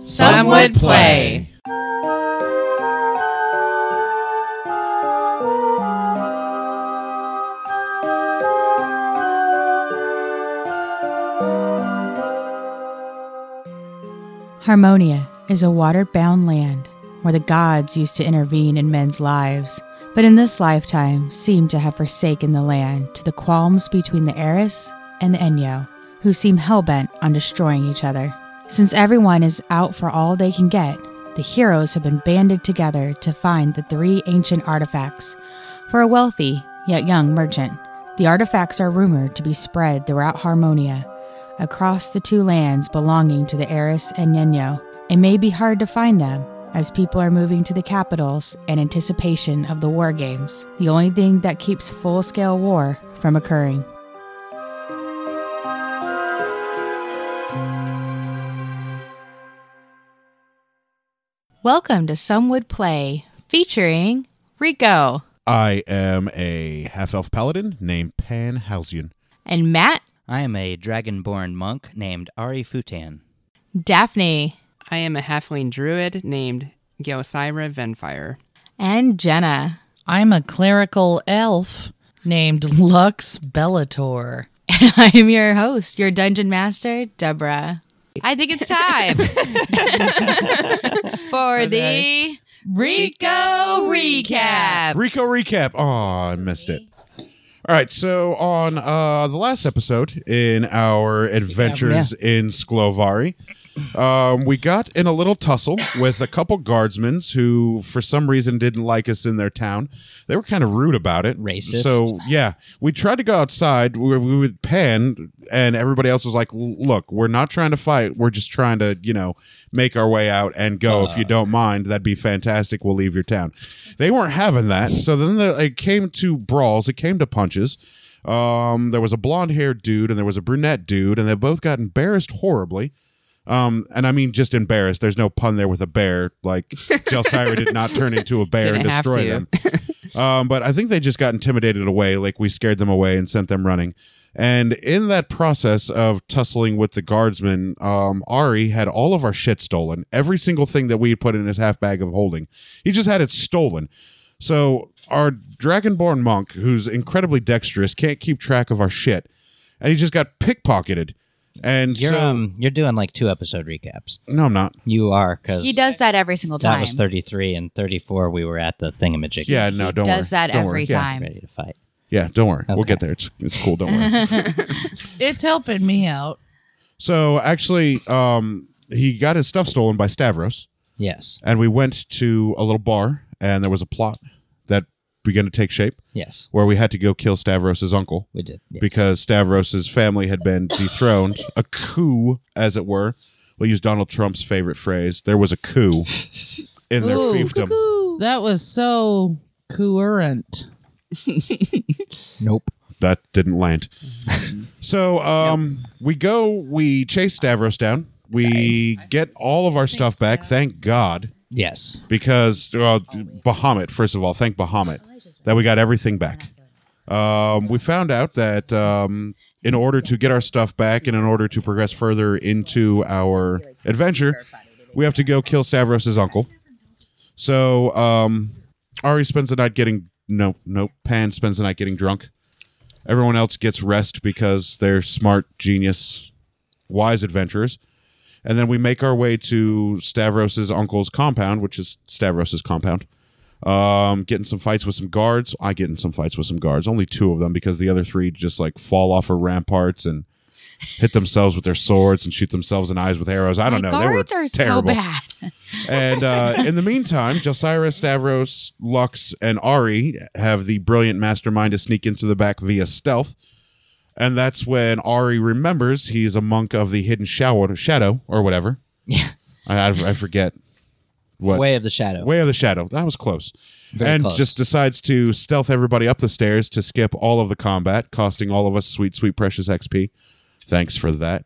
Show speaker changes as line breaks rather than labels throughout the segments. Some would play.
Harmonia is a water bound land where the gods used to intervene in men's lives, but in this lifetime seem to have forsaken the land to the qualms between the Eris and the Enyo, who seem hell bent on destroying each other. Since everyone is out for all they can get, the heroes have been banded together to find the three ancient artifacts for a wealthy yet young merchant. The artifacts are rumored to be spread throughout Harmonia across the two lands belonging to the Eris and Nino. It may be hard to find them as people are moving to the capitals in anticipation of the war games, the only thing that keeps full scale war from occurring. Welcome to Some Would Play featuring Rico
I am a half elf paladin named Pan Halcyon.
and Matt,
I am a dragonborn monk named Ari Futan.
Daphne,
I am a halfling druid named Gelsira Venfire.
and Jenna.
I'm a clerical elf named Lux Bellator.
I'm your host, your dungeon master, Deborah. I think it's time for the Rico recap.
Rico recap. Oh, I missed it. All right, so on uh, the last episode in our adventures in Sklovari, um, we got in a little tussle with a couple guardsmen who, for some reason, didn't like us in their town. They were kind of rude about it.
Racist.
So yeah, we tried to go outside. We, we would pan, and everybody else was like, "Look, we're not trying to fight. We're just trying to, you know, make our way out and go. if you don't mind, that'd be fantastic. We'll leave your town." They weren't having that. So then the, it came to brawls. It came to punches. Um, there was a blonde-haired dude and there was a brunette dude, and they both got embarrassed horribly. Um, and I mean just embarrassed. There's no pun there with a bear. Like Jelsira did not turn into a bear and
Didn't have
destroy
to.
them. Um, but I think they just got intimidated away. Like we scared them away and sent them running. And in that process of tussling with the guardsmen, um, Ari had all of our shit stolen. Every single thing that we had put in his half bag of holding, he just had it stolen. So our dragonborn monk, who's incredibly dexterous, can't keep track of our shit, and he just got pickpocketed. And
You're
so,
um, you're doing like two episode recaps.
no, I'm not.
You are because
He does that every single
That
time.
was 33 and 34. We were at the thingamajig.
Yeah, no, don't
does
worry.
that
Don't
every
worry. Yeah.
time.
ready to fight.
Yeah, don't worry. We'll
Okay.
get there. It's it's cool. Don't worry.
It's helping me out.
so actually, um, he got his stuff stolen by Stavros,
Yes,
and we went to a little bar, and there was a plot that began to take shape
yes,
where we had to go kill Stavros's uncle
we did. Yes.
because Stavros's family had been dethroned, a coup, as it were. We'll use Donald Trump's favorite phrase: "There was a coup in their fiefdom."
That was so coherent.
nope.
that didn't land. so um, we go, we chase Stavros down. We get all of our stuff back, thank God,
Yes,
because uh, Bahamut. First of all, thank Bahamut that we got everything back. Um, we found out that um, in order to get our stuff back and in order to progress further into our adventure, we have to go kill Stavros's uncle. So um, Ari spends the night getting no, no. Pan spends the night getting drunk. Everyone else gets rest because they're smart, genius, wise adventurers. And then we make our way to Stavros's uncle's compound, which is Stavros's compound. Um, getting some fights with some guards. I get in some fights with some guards. Only two of them because the other three just like fall off her ramparts and hit themselves with their swords and shoot themselves in eyes with arrows. I don't know.
Guards
they were
are so
terrible.
bad.
And uh, in the meantime, Jelsira, Stavros, Lux, and Ari have the brilliant mastermind to sneak into the back via stealth. And that's when Ari remembers he's a monk of the Hidden Shadow, shadow or whatever.
Yeah.
I, I, I forget. What?
way of the shadow.
Way of the Shadow. That was close.
Very
and
close.
just decides to stealth everybody up the stairs to skip all of the combat, costing all of us sweet, sweet, precious XP. Thanks for that.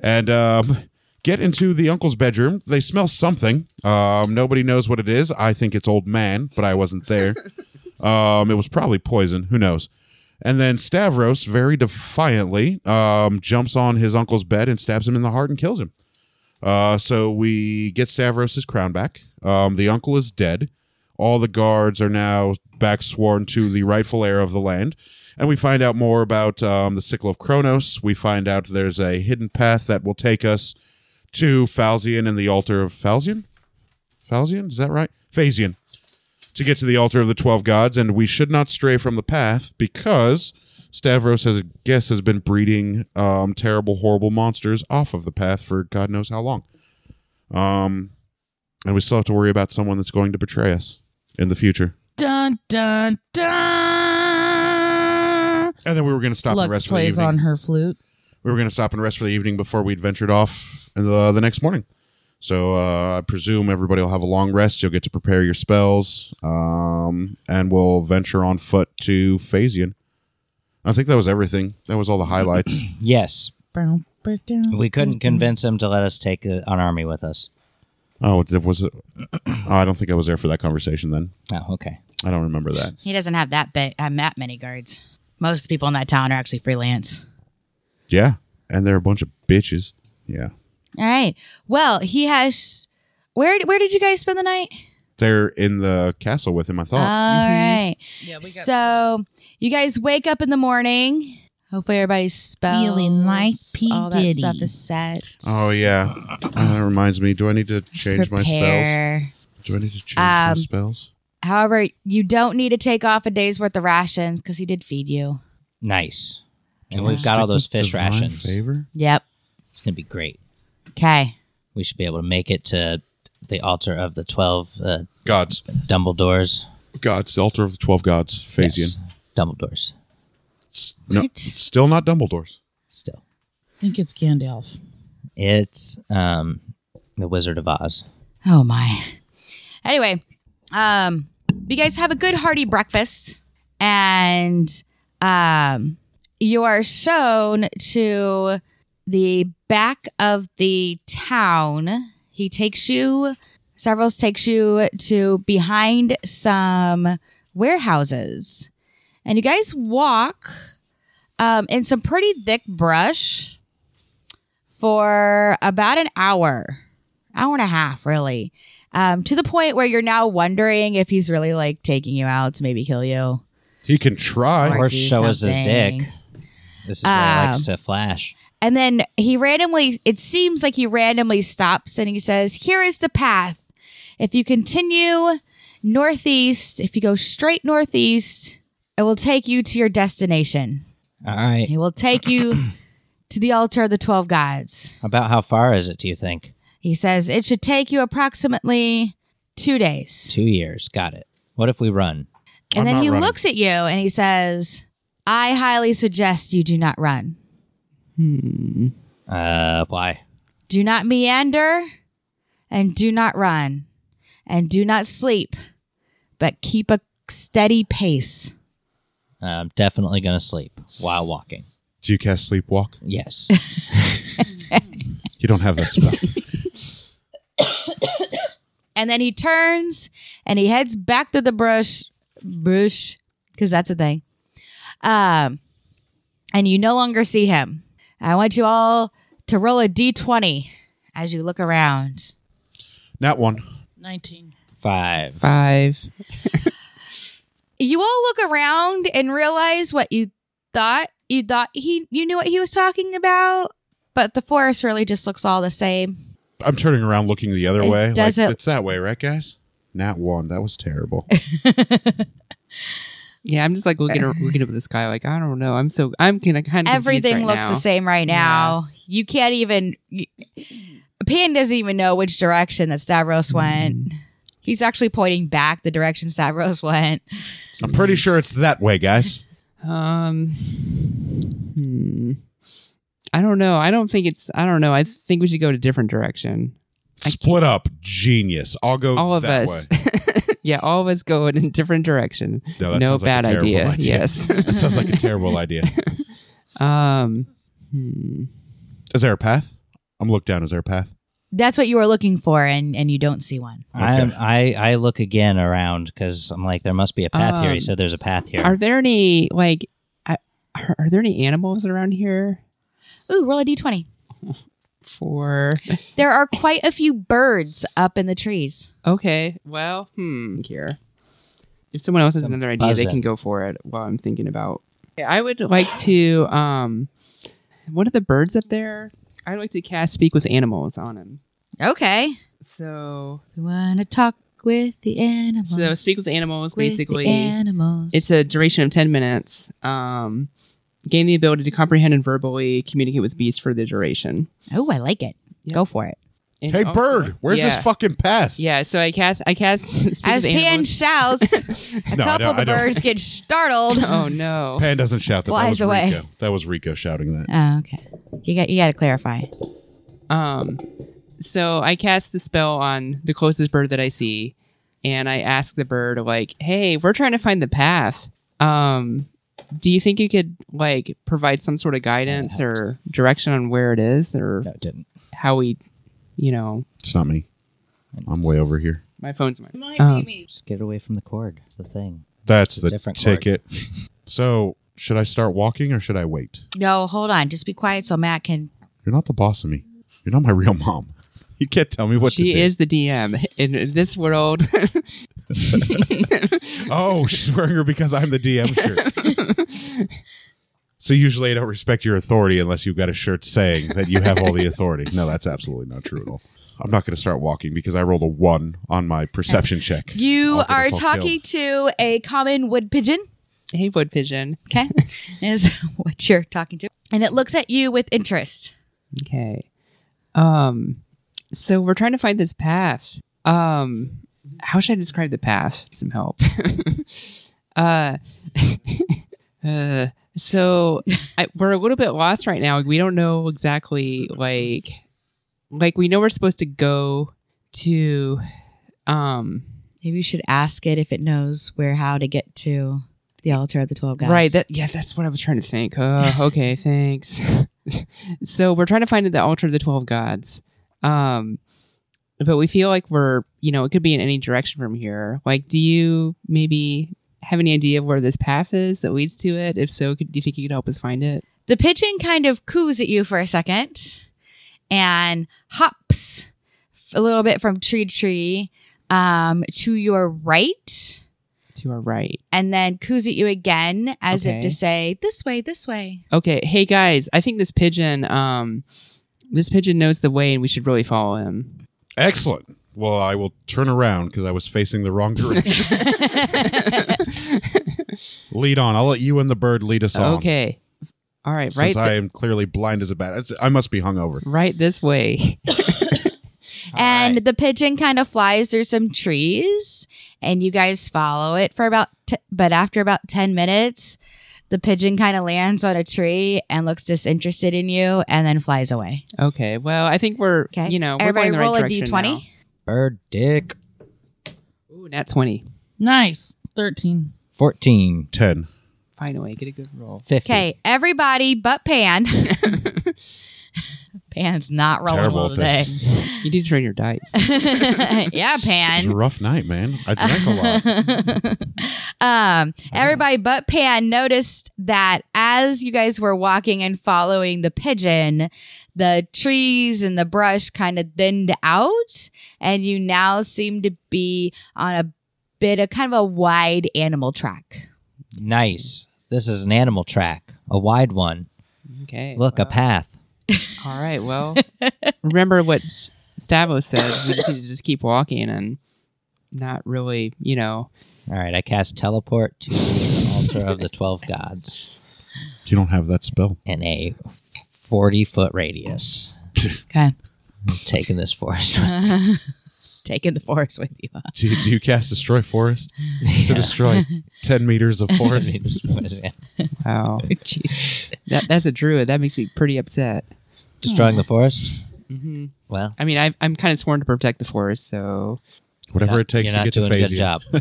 And um, get into the uncle's bedroom. They smell something. Um, nobody knows what it is. I think it's old man, but I wasn't there. um, it was probably poison. Who knows? And then Stavros, very defiantly, um, jumps on his uncle's bed and stabs him in the heart and kills him. Uh, so we get Stavros' crown back. Um, the uncle is dead. All the guards are now back sworn to the rightful heir of the land. And we find out more about um, the Sickle of Kronos. We find out there's a hidden path that will take us to Falzion and the altar of Falzion? Falzion? Is that right? Phasian. To get to the altar of the 12 gods. And we should not stray from the path because Stavros, has, I guess, has been breeding um, terrible, horrible monsters off of the path for God knows how long. Um, and we still have to worry about someone that's going to betray us in the future.
Dun dun dun.
And then we were going to stop and
Lux
rest for the
plays
evening.
on her flute.
we were going to stop and rest for the evening before we'd ventured off in the, the next morning. So uh, I presume everybody will have a long rest. You'll get to prepare your spells, um, and we'll venture on foot to Phasian. I think that was everything. That was all the highlights.
Yes.
Brown, brown, down.
We couldn't convince him to let us take uh, an army with us.
oh, it was it? Oh, I don't think I was there for that conversation. Then
Oh, okay.
I don't remember that.
He doesn't have that bit, um, that many guards. Most people in that town are actually freelance.
Yeah, and they're a bunch of bitches. Yeah,
All right. Well, he has. Where where did you guys spend the night?
they're in the castle with him. I
All
thought. Mm-hmm.
right.
Yeah,
so you guys wake up in the morning. Hopefully everybody's spells,
Feeling like P.
all that
Diddy.
stuff is set.
oh yeah, Uh, that reminds me. Do I need to change my spells?
Prepare.
Do I need to change my
Um,
spells?
However, you don't need to take off a day's worth of rations because he did feed you.
Nice. And we've got all those fish rations.
Favor.
Yep.
It's going to be great.
Okay.
We should be able to make it to the altar of the 12 uh,
Gods,
Dumbledores.
gods, altar of the twelve gods, Phasian.
Yes. Dumbledores.
S- No, still not Dumbledore's.
Still.
I think it's Gandalf.
It's um, the Wizard of Oz.
Oh my. Anyway, um, you guys have a good hearty breakfast, and um, you are shown to the back of the town. He takes you. Severals takes you to behind some warehouses, and you guys walk um, in some pretty thick brush for about an hour hour and a half, really, um, to the point where you're now wondering if he's really like taking you out to maybe kill you.
He can try.
Or
Or
do
show us his dick.
something.
This is where he
Um,
likes to flash.
And then he randomly, it seems like he randomly stops and he says, Here is the path. If you continue northeast, if you go straight northeast, it will take you to your destination.
All right.
It will take you to the altar of the 12 gods.
About how far is it, do you think?
He says, It should take you approximately two days.
Two years. Got it. What if we run?
And
I'm
then
not
he
running.
looks at you and he says, I highly suggest you do not run.
Uh, why?
Do not meander and do not run and do not sleep, but keep a steady pace.
I'm definitely going to sleep while walking.
Do you cast sleepwalk?
Yes.
You don't have that spell.
And then he turns and he heads back to the brush, brush, because that's a thing. Um, and you no longer see him. I want you all to roll a d20 as you look around.
Not one.
19.
Five.
Five.
you all look around and realize what you thought you thought he you knew what he was talking about but the forest really just looks all the same
I'm turning around, looking the other
It
way. Like,
doesn't-
it's that way, right, guys? Not one. That was terrible.
Yeah, I'm just like looking at, looking up at the sky, like I don't know. I'm so I'm kind of kind of
everything looks the same right now you can't even you, pan doesn't even know which direction that stavros went he's actually pointing back the direction stavros went
I'm pretty sure it's that way, guys.
Um, hmm. I don't know. I don't think it's. I don't know. I think we should go a different direction.
Split up, genius. I'll go
All of
that
us.
way.
yeah, all of us go in a different direction.
No, that sounds like a
bad
terrible
idea.
idea.
Yes.
That sounds like a terrible idea.
um. hmm.
Is there a path? I'm looked down. Is there a path?
that's what you were looking for and and you don't see one
I
Okay.
I I look again around because I'm like, there must be a path here. He
Um,
said there's a path here.
Are there any like? I- Are, are there any animals around here?
ooh roll a d20
for.
There are quite a few birds up in the trees.
Okay, well, hmm, here. If someone else has
Some
another idea, they
buzzing.
can go for it while I'm thinking about. Okay, I would like to. Um, what are the birds up there? I'd like to cast Speak with Animals on him.
Okay.
So,
We want to talk with the animals.
so Speak with Animals
with the
basically.
animals.
It's a duration of 10 minutes. Um, gain the ability to comprehend and verbally communicate with beasts for the duration.
oh, I like it.
Yeah.
Go for it.
And
Hey,
also-
bird, where's
yeah,
this fucking path?
Yeah, so I cast I cast Speak
As
with
Pan
Animals.
shouts, a couple
No, I don't-
of the
I don't-
birds get startled.
Oh no.
Pan doesn't shout that. That
Flies
was
away.
Rico. That was Rico shouting that.
Oh, okay. You got you got to clarify.
Um, so I cast the spell on the closest bird that I see, and I ask the bird, like, "Hey, we're trying to find the path. Um, do you think you could like provide some sort of guidance
Yeah,
or direction on where it is, or
No, it didn't.
how we, you know,
It's not me. I'm way over here.
my phone's mine.
Might
Um,
me.
Just get away from the cord. It's the thing.
That's
It's a
the
different card.
ticket. so, should I start walking or should I wait?
No, hold on. Just be quiet so Matt can.
You're not the boss of me. You're not my real mom. You can't tell me what to
She
do.
is the DM in this world.
Oh, she's wearing her because I'm the DM shirt. so usually I don't respect your authority unless you've got a shirt saying that you have all the authority. No, that's absolutely not true at all. I'm not going to start walking because I rolled a one on my perception check.
You
I'll get
are
us all
talking
killed.
to a common wood pigeon.
hey, wood pigeon.
Okay, is what you're talking to, and it looks at you with interest.
Okay. Um, so we're trying to find this path. Um, how should I describe the path? Some help. uh, uh, so I, we're a little bit lost right now. We don't know exactly like, like we know we're supposed to go to, um,
Maybe you should ask it if it knows where how to get to the altar of the twelve gods.
Right. That yeah, that's what I was trying to think. Uh, okay, thanks. so we're trying to find the altar of the twelve gods. Um but we feel like we're you know, it could be in any direction from here. Like, do you maybe have any idea of where this path is that leads to it? If so, could do you think you could help us find it?
the pigeon kind of coos at you for a second, and hops a little bit from tree to tree um, to your right.
To our right.
And then coos at you again as if
Okay.
to say, this way, this way.
Okay. Hey guys, I think this pigeon, um this pigeon knows the way and we should really follow him.
Excellent. Well, I will turn around because I was facing the wrong direction. lead on. I'll let you and the bird lead us on.
Okay. All right, right
Since I
th-
am clearly blind as a bat, It's- I must be hungover.
right this way.
and the pigeon kind of flies through some trees and you guys follow it for about t- but after about 10 minutes the pigeon kind of lands on a tree and looks disinterested in you and then flies away
Okay. Well, I think we're
okay
you know we're
everybody
going the
roll
right
a
direction
d20
Bird dick.
now. Ooh, nat twenty.
Nice. 13.
14.
10.
Finally, get a good roll.
50.
okay everybody but pan pan's not rolling
Terrible
well
at this.
today
You need to train your dice.
yeah
It was a
pan
rough night, man. I drank a lot.
um, everybody but Pan noticed that as you guys were walking and following the pigeon, the trees and the brush kind of thinned out, and you now seem to be on a bit of kind of a wide animal track.
Nice. This is an animal track, a wide one.
Okay.
Look, a
well,
path.
All right. Well, remember what S- Stavo said. We just need to just keep walking and not really, you know.
All right, I cast teleport to the altar of the 12 gods
You don't have that spell.
in a 40 foot radius.
Okay.
I'm taking this forest.
Taking the forest with you.
Do you, do you cast destroy forest to destroy 10 meters of forest?
Wow. That, that's a druid. That makes me pretty upset.
Destroying the forest?
Mm-hmm.
Mhm.
Well,
I mean, I, I'm kind of sworn to protect the forest, so
Whatever
not-
it takes
you're
to
not
get to
doing a
phase
good
you.
job.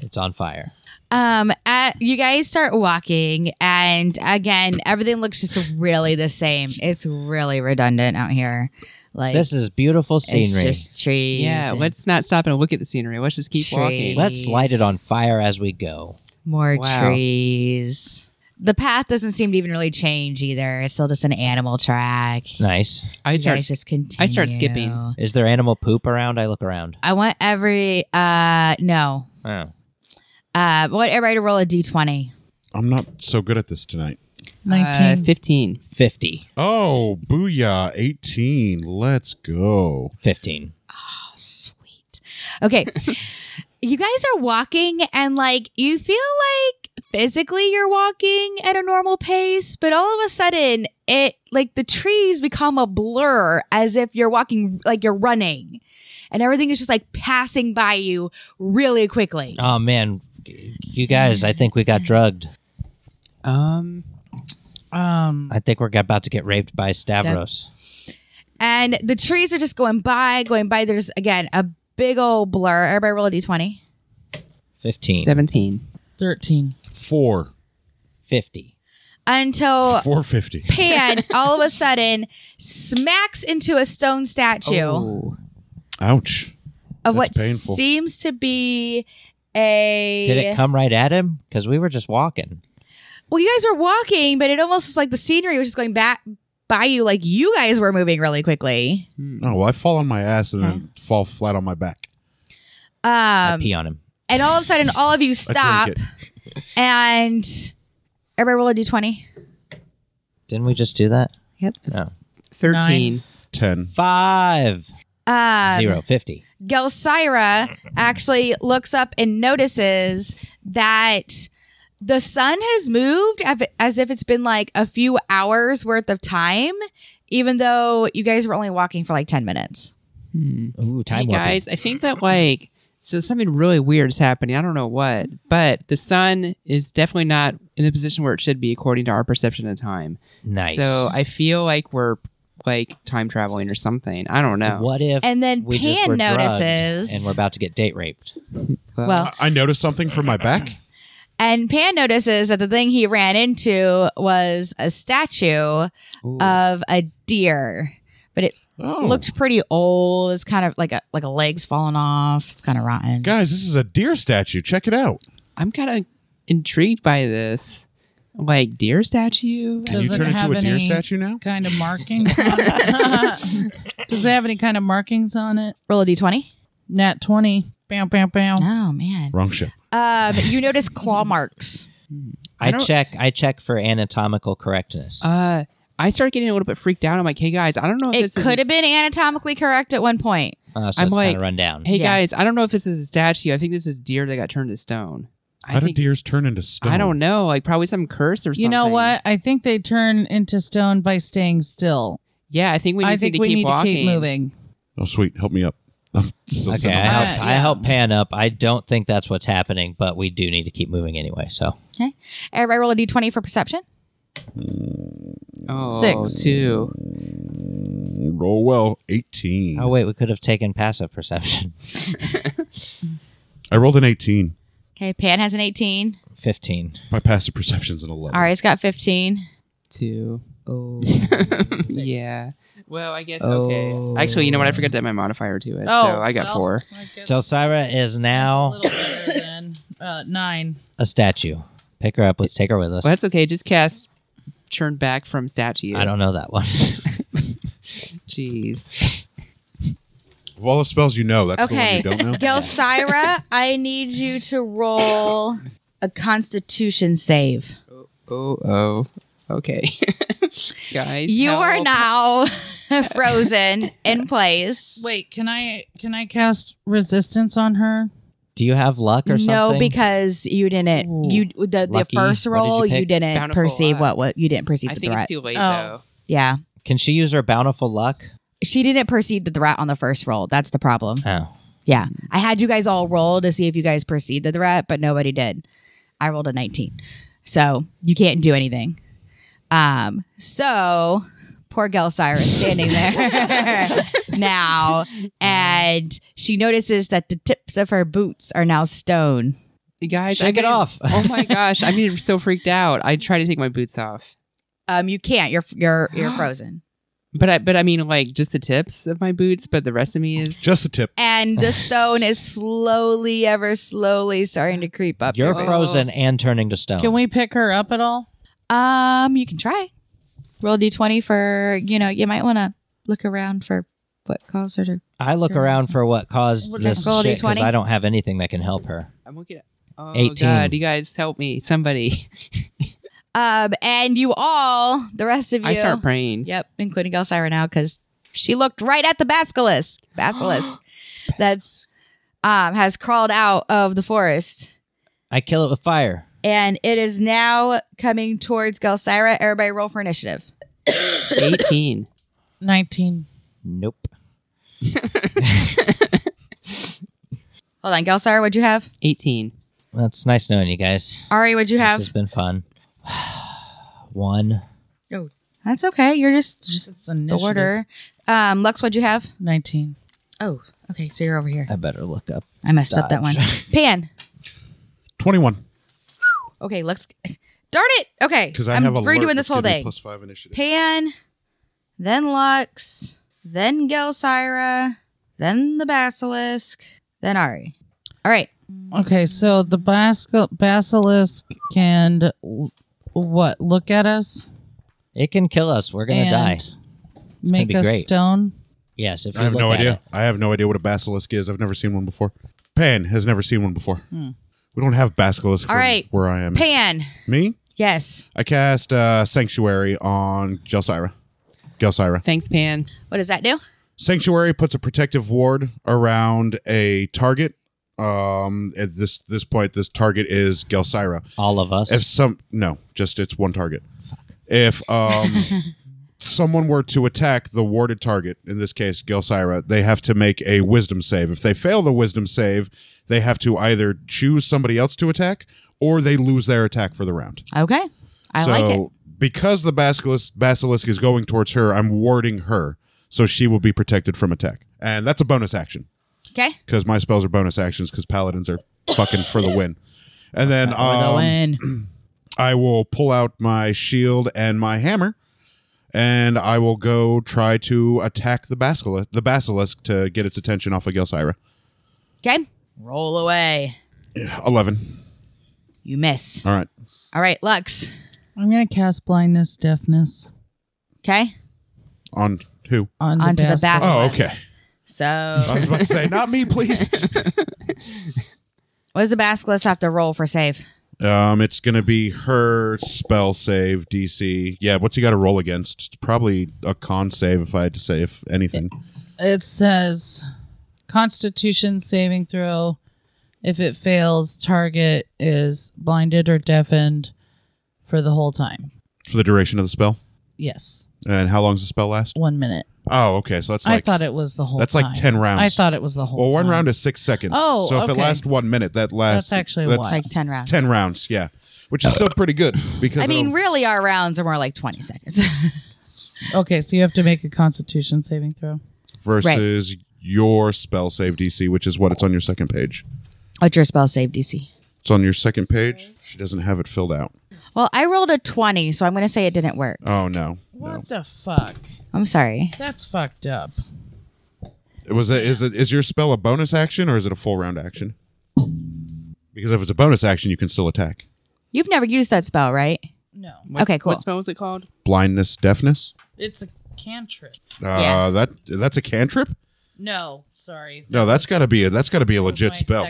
it's on fire.
Um, at, you guys start walking, and again, everything looks just really the same. It's really redundant out here. Like
This is beautiful
It's
scenery.
just trees.
yeah.
and
Let's not stop and look at the scenery. Let's just keep
Tree.
walking.
Let's light it on fire as we go.
more
Wow.
trees. The path doesn't seem to even really change either. It's still just an animal track.
Nice.
I
You
start.
guys just continue.
I start skipping.
Is there animal poop around? I look around.
I want every uh no.
Oh.
Uh I want everybody to roll a D twenty.
I'm not so good at this tonight.
Uh,
19.
15.
50.
Oh, booyah! 18. Let's go.
15.
Sweet. Okay. you guys are walking and like you feel like physically you're walking at a normal pace, but all of a sudden it like the trees become a blur as if you're walking like you're running. And everything is just like passing by you really quickly.
Oh, man. You guys, I think we got drugged.
Um,
um,
I think we're about to get raped by Stavros.
And the trees are just going by, going by. There's again a big old blur. Everybody roll a d20.
15.
17.
13.
Four.
50.
Until
450.
Pan all of a sudden smacks into a stone statue
Oh.
Ouch.
of what
that's painful.
seems to be a.
Did it come right at him? Because we were just walking.
well, you guys were walking, but it almost was like the scenery was just going back by you, like you guys were moving really quickly.
Oh, well, I fall on my ass and then fall flat on my back.
I
Um,
pee on him.
and all of a sudden, all of you
I
stop
drink it.
and everybody roll a d20.
Didn't we just do that?
Yep.
No.
13.
10.
Five.
Um,
Zero. 50.
Gelsira actually looks up and notices that the sun has moved av- as if it's been like a few hours worth of time, even though you guys were only walking for like 10 minutes.
Ooh,
hey
time warping.
guys, I think that like so something really weird is happening. I don't know what, but the sun is definitely not in the position where it should be according to our perception of time.
Nice.
So I feel like we're like time traveling or something. I don't know.
What if
And then
we just
Pan
were drugged
notices-
and we're about to get date raped?
Well,
I noticed something from my back.
and Pan notices that the thing he ran into was a statue
ooh.
of a deer. But it
Oh.
looked pretty old. It's kind of like a like a leg's fallen off. It's kind of rotten.
Guys, this is a deer statue. Check it out.
I'm kind of intrigued by this, like deer statue.
Can you
Doesn't
turn into
have
a deer
any-
statue now?
Kind of markings on it. Does it have any kind of markings on it?
Roll a d20.
Nat 20. Bam, bam, bam.
Oh man.
Wrong ship.
Um, you notice claw marks.
I,
I don't-
check. I check for anatomical correctness.
Uh, I start getting a little bit freaked out. I'm like, hey guys, I don't know if
It
Oh, this
could
is.
have been anatomically correct at one point.
Uh, so
I'm
it's kind
like-
of run down.
Hey
Yeah.
guys, I don't know if this is a statue. I think this is deer that got turned to stone. I
How do
think
deers turn into stone?
I don't know. Like probably some curse or something.
You know what? I think they turn into stone by staying still.
Yeah, I think we
I
just
think
need to
we
keep
need
walking.
to keep moving.
Oh, sweet. Help me up. I'm still
Okay,
sitting on my
I
Uh,
help,
back.
I
yeah.
help Pan up. I don't think that's what's happening, but we do need to keep moving anyway. So
Okay. Everybody roll a d20 for perception.
Oh,
Six.
two.
Roll well. 18.
Oh wait, we could have taken passive perception.
I rolled an 18.
Okay. Pan has an 18.
Fifteen.
My passive perception's an 11.
Ari's got 15.
Two.
Oh,
Yeah. Well, I guess okay. Actually, you know what? I forgot to add my modifier to it, so I
Oh,
got
well,
four.
I guess
Delsira is
a
now
little better than uh, nine.
a statue. Pick her up. Let's take her with us.
Well, that's okay. Just cast churn back from statue.
I don't know that one.
Jeez.
Of all the spells you know, that's
Okay.
the one you don't know.
Gelsira, I need you to roll a constitution save.
Oh oh. Okay. Guys,
You are
help.
now frozen in place.
Wait, can I can I cast resistance on her?
do you have luck or something?
No, because you didn't. You the, the
Lucky.
first
What did you
roll you,
pick?
didn't
Bountiful
perceive
eye.
what what you didn't perceive
I
the
think
threat.
it's too late
Oh.
yeah,
can she use her bountiful luck?
she didn't perceive the threat on the first roll. That's the problem.
Oh,
Yeah. I had you guys all roll to see if you guys perceived the threat, but nobody did. I rolled a 19. So you can't do anything. Um, so poor Gelsira is standing there now, and she notices that the tips of her boots are now stone.
though. Guys,
Shake
I'm
it
getting-
off.
oh my gosh, I'm getting so freaked out. I try to take my boots off.
Um, you can't. You're you're you're frozen.
But I but I mean like just the tips of my boots, but the rest of me is
Just the tip.
And the stone is slowly, ever slowly starting to creep up.
you're
your face.
frozen and turning to stone.
Can we pick her up at all?
Um, you can try. Roll d d20 for, you know, you might want to look around for what caused her to.
I look around for what caused
We're
this
gonna roll
shit because
D20.
I don't have anything that can help her.
I'm looking at. Oh
18.
God! You guys help me, somebody!
Um, and you all, the rest of you.
I start praying.
Yep, including Elsyra now because she looked right at the basilisk. Basilisk. that's um has crawled out of the forest.
I kill it with fire.
And it is now coming towards Gelsira. Everybody roll for initiative.
18.
19.
Nope.
Hold on, Gelsira, what'd you have?
18.
Well, it's nice knowing you guys.
Ari, what'd you
This
have?
has been fun. One.
That's okay. You're just just
It's an
the order. Um, Lux, what'd you have?
19.
Oh, okay. So you're over here.
I better look up.
I messed up that one. Pan.
Twenty-one.
Okay, Lux. Darn it. Okay.
Because I
I'm
have a
redoing this whole thing.
Plus five initiative.
Pan, then Lux, then Gelsira, then the Basilisk, then Ari. All right.
Okay, so the basil- basilisk can l- what? Look at us?
It can kill us. We're gonna
And-
die. gonna
Make
be
us
great.
stone?
Yes, if you
I have
look
no
at
idea.
it.
I have no idea what a basilisk is. I've never seen one before. Pan has never seen one before. We don't have basilisk.
All right.
where I am.
Hmm. Pan.
Me?
Yes.
I cast uh, Sanctuary on Gelsira. Gelsira.
Thanks, Pan.
What does that do?
Sanctuary puts a protective ward around a target. Um, at this this point, this target is Gelsira.
All of us.
If some no, just it's one target. If um someone were to attack the warded target, in this case Gelsira, they have to make a wisdom save. If they fail the wisdom save, they have to either choose somebody else to attack or they lose their attack for the round.
Okay. I
so
like it.
because the basilisk basilisk is going towards her, I'm warding her, so she will be protected from attack. And that's a bonus action
Okay.
because my spells are bonus actions because paladins are fucking for the win. And then um, I will pull out my shield and my hammer, and I will go try to attack the basilisk, the basilisk to get its attention off of Gelsira.
Okay. Roll away.
Eleven.
You miss.
All right.
All right, Lux.
I'm going to cast blindness, deafness
Okay.
On who?
on
Onto the
the basilisk.
basilisk.
Oh, okay. I
So
was about to say, not me, please.
what does the basilisk have to roll for save?
Um, it's gonna be her spell save DC. Yeah, what's he got to roll against? It's probably a con save if I had to say if anything.
It says Constitution saving throw. If it fails, target is blinded or deafened for the whole time.
For the duration of the spell,
Yes,
and how long does the spell last?
one minute.
Oh, okay, so that's like
I thought it was the whole.
that's like
time.
10 rounds.
I thought it was the whole.
well, one
time.
round is six seconds.
Oh,
so if it
okay.
lasts one minute, that lasts
actually
that's
what?
Like 10 rounds.
ten rounds. Yeah, which is still pretty good because
I mean,
it'll-
really, our rounds are more like 20 seconds.
Okay, so you have to make a Constitution saving throw.
versus your spell save DC, which is what it's on your second page.
What's your spell save, DC?
It's on your second page. She doesn't have it filled out.
Well, I rolled a 20, so I'm going to say it didn't work.
Oh no, no.
What the fuck?
I'm sorry.
That's fucked up.
Was it is it is your spell a bonus action or is it a full round action? Because if it's a bonus action, you can still attack.
You've never used that spell, right?
No,
What's-
Okay, cool.
What spell was it called?
Blindness, deafness.
it's a cantrip.
Uh,
Yeah.
That that's a cantrip.
No, sorry.
No, that's got to be a that's got to be a legit spell.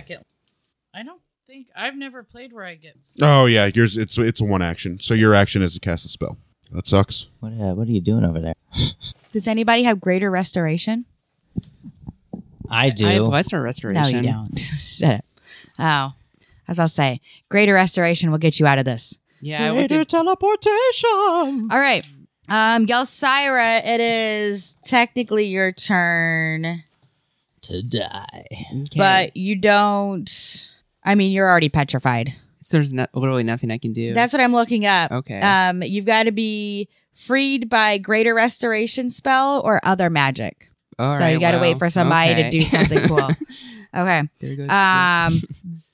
I don't think I've never played where I get.
Oh yeah, yours it's it's a one action. So your action is to cast a spell. That sucks.
What, uh, what are you doing over there?
Does anybody have greater restoration?
I do.
I have lesser restoration.
No, you don't. Shut up. Oh, as I'll say, greater restoration will get you out of this.
Yeah, I went to-
teleportation.
All right. Um, Gelsira, it is technically your turn,
To die.
but you don't. I mean, you're already petrified.
so there's no, literally nothing I can do.
That's what I'm looking up.
Okay.
Um, you've got to be freed by greater restoration spell or other magic.
All
so you
right,
got to
well,
wait for somebody
okay.
to do something cool. okay.
there goes.
Um,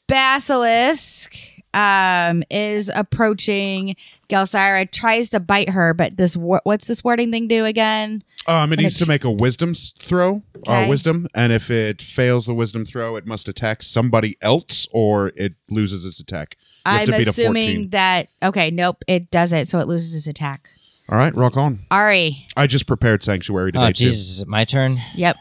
basilisk um is approaching Gelsira. Tries to bite her, but this wa- what's this wording thing do again?
Um, it needs
it-
to make a wisdom s- throw, uh,
Okay.
wisdom, and if it fails the wisdom throw, it must attack somebody else or it loses its attack. have
I'm
to beat a
assuming
14.
that. Okay, nope, it doesn't. So it loses its attack.
All right, rock on.
Ari.
I just prepared Sanctuary today,
Oh
too.
Jesus, is it my turn?
Yep.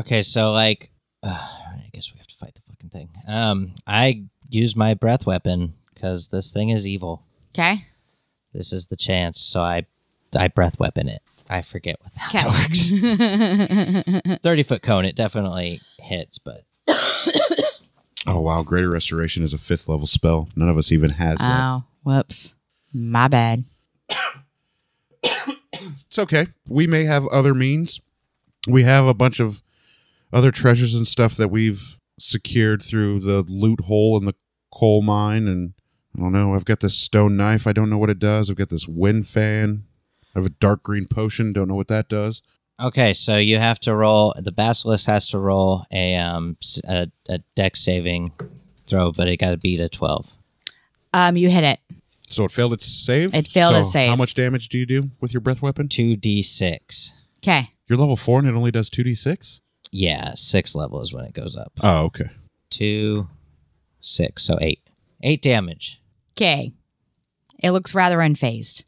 Okay, so like, uh, I guess we have to fight the fucking thing. Um, I use my breath weapon because this thing is evil.
Okay.
This is the chance, so I, I breath weapon it. I forget what the
Okay.
hell that works. It's Thirty foot cone, it definitely hits, but
Oh, wow. Greater Restoration is a fifth level spell. None of us even has that.
oh, whoops. My bad.
It's okay. We may have other means. We have a bunch of other treasures and stuff that we've secured through the loot hole in the coal mine. And I don't know. I've got this stone knife. I don't know what it does. I've got this wind fan. I have a dark green potion. Don't know what that does.
Okay, so you have to roll. The basilisk has to roll a um s- a, a deck saving throw, but it got to beat a twelve.
Um, you hit it.
So it failed its save?
It failed
so
its save.
How much damage do you do with your breath weapon?
Two d six.
Okay.
You're level four and it only does 2d6?
Yeah, six level is when it goes up.
Oh, okay.
Two, six, so eight. Eight damage.
Okay. It looks rather unfazed.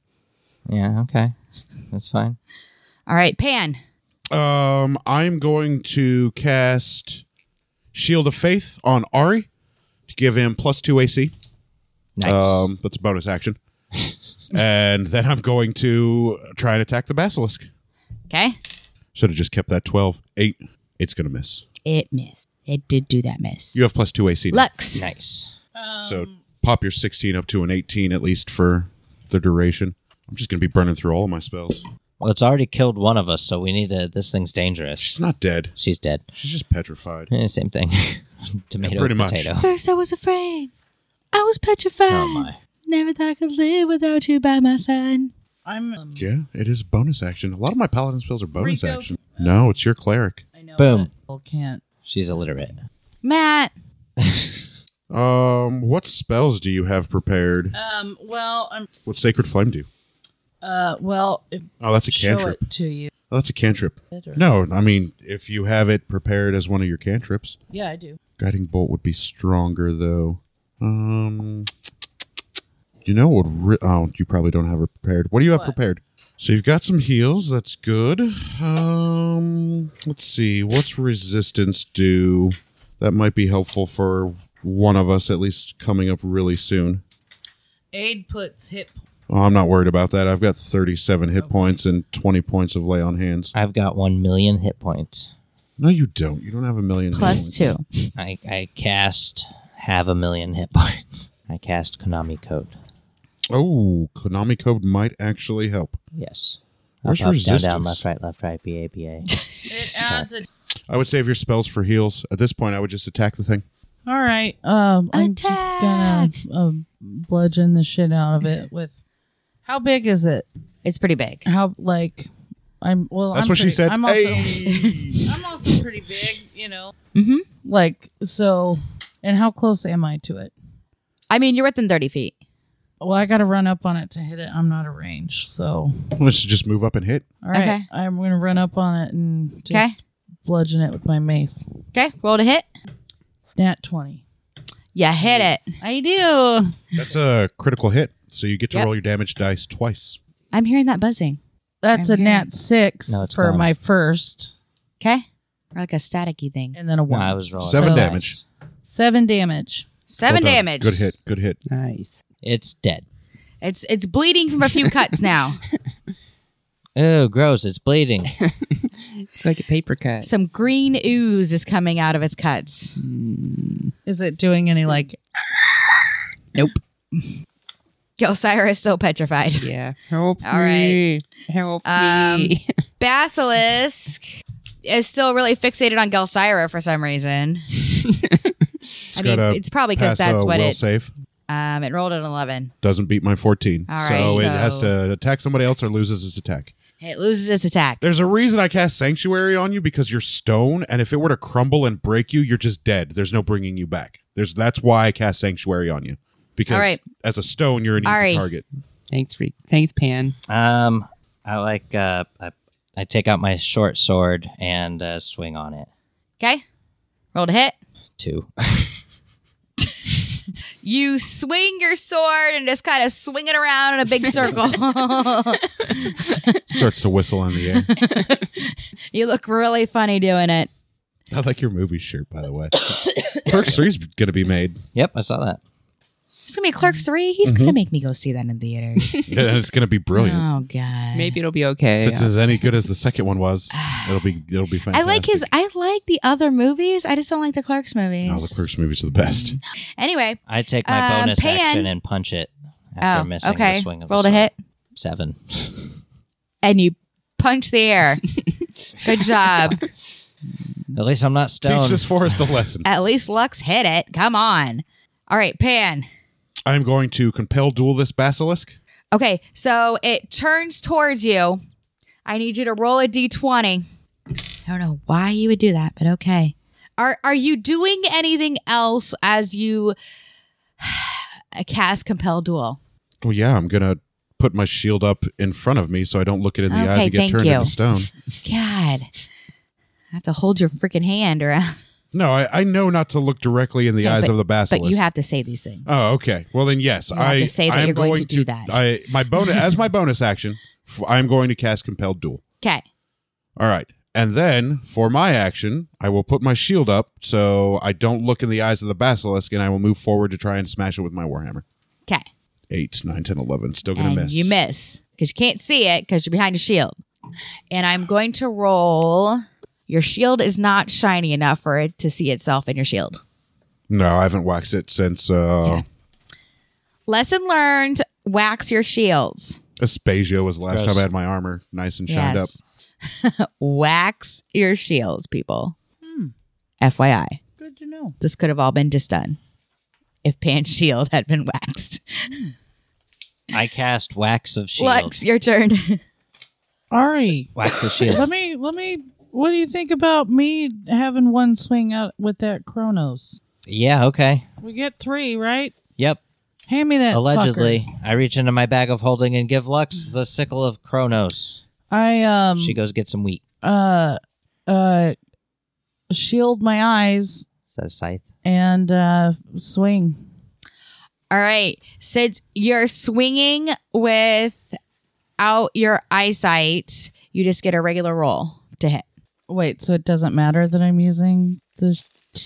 Yeah, okay, that's fine.
All right, Pan.
Um, I'm going to cast Shield of Faith on Ari to give him plus two AC.
Nice.
Um, that's a bonus action. and then I'm going to try and attack the basilisk.
Okay.
Should have just kept that 12. 8. It's going to miss.
It missed. It did do that miss.
You have plus two AC. now.
Lux.
nice.
So pop your 16 up to an 18 at least for the duration. I'm just going to be burning through all of my spells.
Well, it's already killed one of us, so we need to. This thing's dangerous.
She's not dead.
She's dead.
She's just petrified.
Eh, Same thing. Tomato,
pretty much.
potato.
First, I was afraid. I was petrified.
Oh my.
Never thought I could live without you by my side.
I'm. um,
Yeah, it is bonus action. A lot of my paladin spells are bonus
Rico-
action. No, it's your cleric.
I know
Boom.
that people Can't.
She's illiterate.
Matt.
Um, what spells do you have prepared?
Um. Well. I'm.
What sacred flame do?
Uh. Well. If
Oh, that's a
show
cantrip.
it to you.
Oh, that's a cantrip. No, I mean if you have it prepared as one of your cantrips,
Yeah, I do.
guiding bolt would be stronger though. Um, you know what? Re- oh, you probably don't have it prepared. What do you have prepared? So you've got some heals. That's good. Um, let's see. What's resistance do? That might be helpful for one of us at least coming up really soon.
Aid puts hip.
Oh, I'm not worried about that. I've got 37 hit points and 20 points of lay on hands.
I've got one million hit points.
No, you don't. You don't have a million. hit
Plus
points.
two.
I, I cast have a million hit points. I cast Konami code.
Oh, Konami code might actually help.
Yes.
Where's
up, up, Down, down,
resistance?
left, right, left, right, B A B A.
It adds a.
I would save your spells for heals. At this point, I would just attack the thing.
All right. Um. I'm just gonna um, bludgeon the shit out of it with. How big is it?
It's pretty big.
How like? I'm. Well.
That's
I'm
what she
pretty-
said.
I'm also.
Hey.
I'm also pretty big. You know.
Mm-hmm.
Like so. And how close am I to it?
I mean, you're within 30 feet.
Well, I got to run up on it to hit it. I'm not arranged, so
Let's just move up and hit.
all right.
Okay.
I'm gonna run up on it and just bludgeon it with my mace.
Okay. Roll to hit.
Nat twenty.
Yeah, hit it.
I do.
That's a critical hit. So you get to
Yep.
roll your damage dice twice.
I'm hearing that buzzing.
That's
I'm
a
hearing-
nat six
No, it's
for
gone.
my first,
Okay. Or like a staticky thing.
and then a
No,
one.
I was wrong.
Seven
So-
damage.
Seven damage.
Seven
Well done.
damage.
Good hit. Good hit.
Nice.
It's dead.
It's it's bleeding from a few cuts now.
Oh, gross. It's bleeding.
It's like a paper cut.
Some green ooze is coming out of its cuts.
Mm.
Is it doing any like?
Gelsira is still petrified.
yeah. Help
All
me. Help
Um,
me.
Basilisk is still really fixated on Gelsira for some reason. I mean,
gotta
it's probably because that's
a uh,
what
will
it
save.
um it rolled an eleven.
Doesn't beat my 14.
All
so
right,
it has
so-
to attack somebody else or loses its attack.
It loses its attack.
There's a reason I cast Sanctuary on you because you're stone, and if it were to crumble and break you, you're just dead. There's no bringing you back. There's that's why I cast Sanctuary on you because
All right.
as a stone, you're an easy
All right.
target.
Thanks, Rick. Thanks, Pan.
um, I like, uh, I, I take out my short sword and uh, swing on it.
Okay. Rolled a hit.
Two.
you swing your sword and just kind of swing it around in a big circle.
Starts to whistle in the air.
you look really funny doing it.
I like your movie shirt, by the way. Perks 3 is going to be made.
Yep, I saw that.
It's gonna be Clerk Three. He's gonna make me go see that in theaters.
And it's going to be brilliant.
oh god.
Maybe it'll be
If
okay.
it's as any good as the second one was, it'll be it'll be fantastic.
I like his. I like the other movies. I just don't like the Clerks movies.
No, the Clerks movies are the best.
anyway.
I take my
Um,
bonus
Pan. Oh,
action and punch it after missing
okay.
the swing of
Roll
the
to hit,
sword. Seven.
and you punch the air. Good job.
At least I'm not stoned.
Teach this forest a lesson.
At least Lux hit it. Come on. All right, Pan.
I'm going to compel duel this basilisk.
Okay, so it turns towards you. I need you to roll a d20. I don't know why you would do that, but okay. Are are you doing anything else as you cast compel duel?
Well, yeah, I'm gonna put my shield up in front of me so I don't look it in the eyes
Okay,
and get
thank
turned
you.
into stone.
God. I have to hold your freaking hand around.
No, I, I know not to look directly in the
No,
eyes
but-
of the basilisk.
But you have to say these things.
oh, okay. Well, then yes,
have
I
to say that
I am
you're going
going
to do that.
I my bonus as my bonus action, f- I'm going to cast compelled duel.
Okay.
All right. And then for my action, I will put my shield up so I don't look in the eyes of the basilisk and I will move forward to try and smash it with my warhammer.
Okay.
8, 9, 10, 11. Still going
and
to miss.
you miss because you can't see it because you're behind a shield. And I'm going to roll. Your shield is not shiny enough for it to see itself in your shield.
no, I haven't waxed it since uh
Lesson learned: wax your shields.
Aspasia was the last
Gross.
time I had my armor nice and shined up.
Yes. wax your shields, people.
Hmm.
FYI,
Good to know.
this could have all been just done if Pan's shield had been waxed.
I cast Wax of Shield.
Lux, your turn.
Ari,
Wax of Shield.
let me let me. What do you think about me having one swing out with that Kronos?
yeah, okay.
We get three, right?
Yep.
Hand me that.
Allegedly,
fucker.
I reach into my bag of holding and give Lux the sickle of Kronos.
I um
She goes get some wheat.
uh uh shield my eyes
Is that a scythe?
and uh swing.
All right. Since you're swinging without your eyesight, you just get a regular roll to hit.
Wait, so it doesn't matter that I'm using the.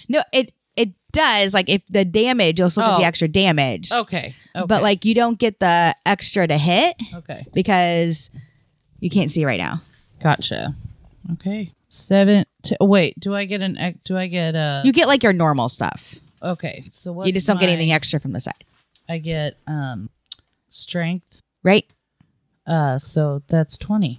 No, it it does. Like if the damage, you'll still get
Oh.
the extra damage.
Okay. okay.
But like you don't get the extra to hit
Okay.
because you can't see right now.
Gotcha. Okay. Seven. T- wait. Do I get an? ex- Do I get a?
You get like your normal stuff.
okay. So what?
you just don't get anything extra from the side.
I get um, strength.
Right?
Uh, so that's twenty.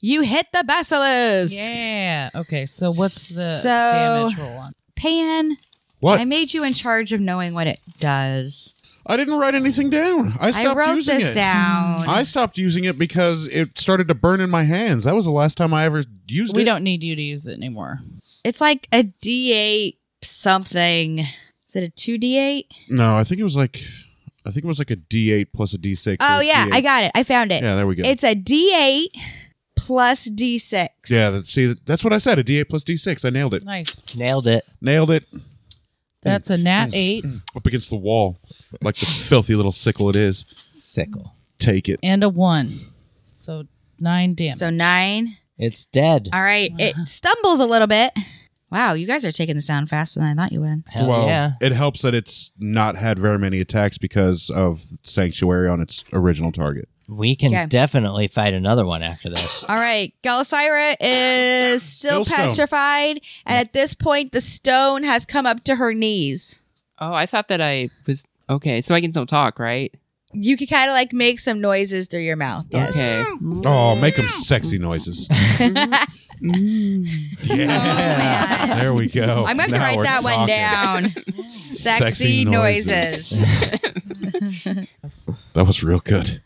You hit the basilisk.
Yeah. Okay. So what's the
So-
damage roll on?
Pan,
What?
I made you in charge of knowing what it does.
I didn't write anything down. I
I
stopped
wrote
using
this
it.
down.
I stopped using it because it started to burn in my hands. That was the last time I ever used
We
it.
don't need you to use it anymore.
It's like a D8 something. Is it a 2D8?
No, I think it was like I think it was like a D8 plus a D6.
Oh,
or a
yeah.
D8.
I got it. I found it.
Yeah, there we go.
It's a D8 plus D6.
yeah, that, see, that's what I said. A D8 plus D6. I nailed it.
Nice.
Nailed it.
Nailed it.
That's a nat eight
Up against the wall, like the filthy little sickle it is.
Sickle.
Take it.
and a one. So nine damage.
So nine.
It's dead.
All right. It stumbles a little bit. Wow, you guys are taking this down faster than I thought you would.
Hell
well,
yeah.
it helps that it's not had very many attacks because of Sanctuary on its original target.
We can
Okay.
definitely fight another one after this.
All right. Galisira is still
Still stone.
petrified. And at this point, the stone has come up to her knees.
Oh, I thought that I was okay, so I can still talk, right?
You can kind of like make some noises through your mouth. Yes.
Okay.
Oh, make them sexy noises.
Mm.
yeah.
man.
there we go.
I'm going to
Now
write
we're
that one
talking.
down. Sexy, noises.
That was real good.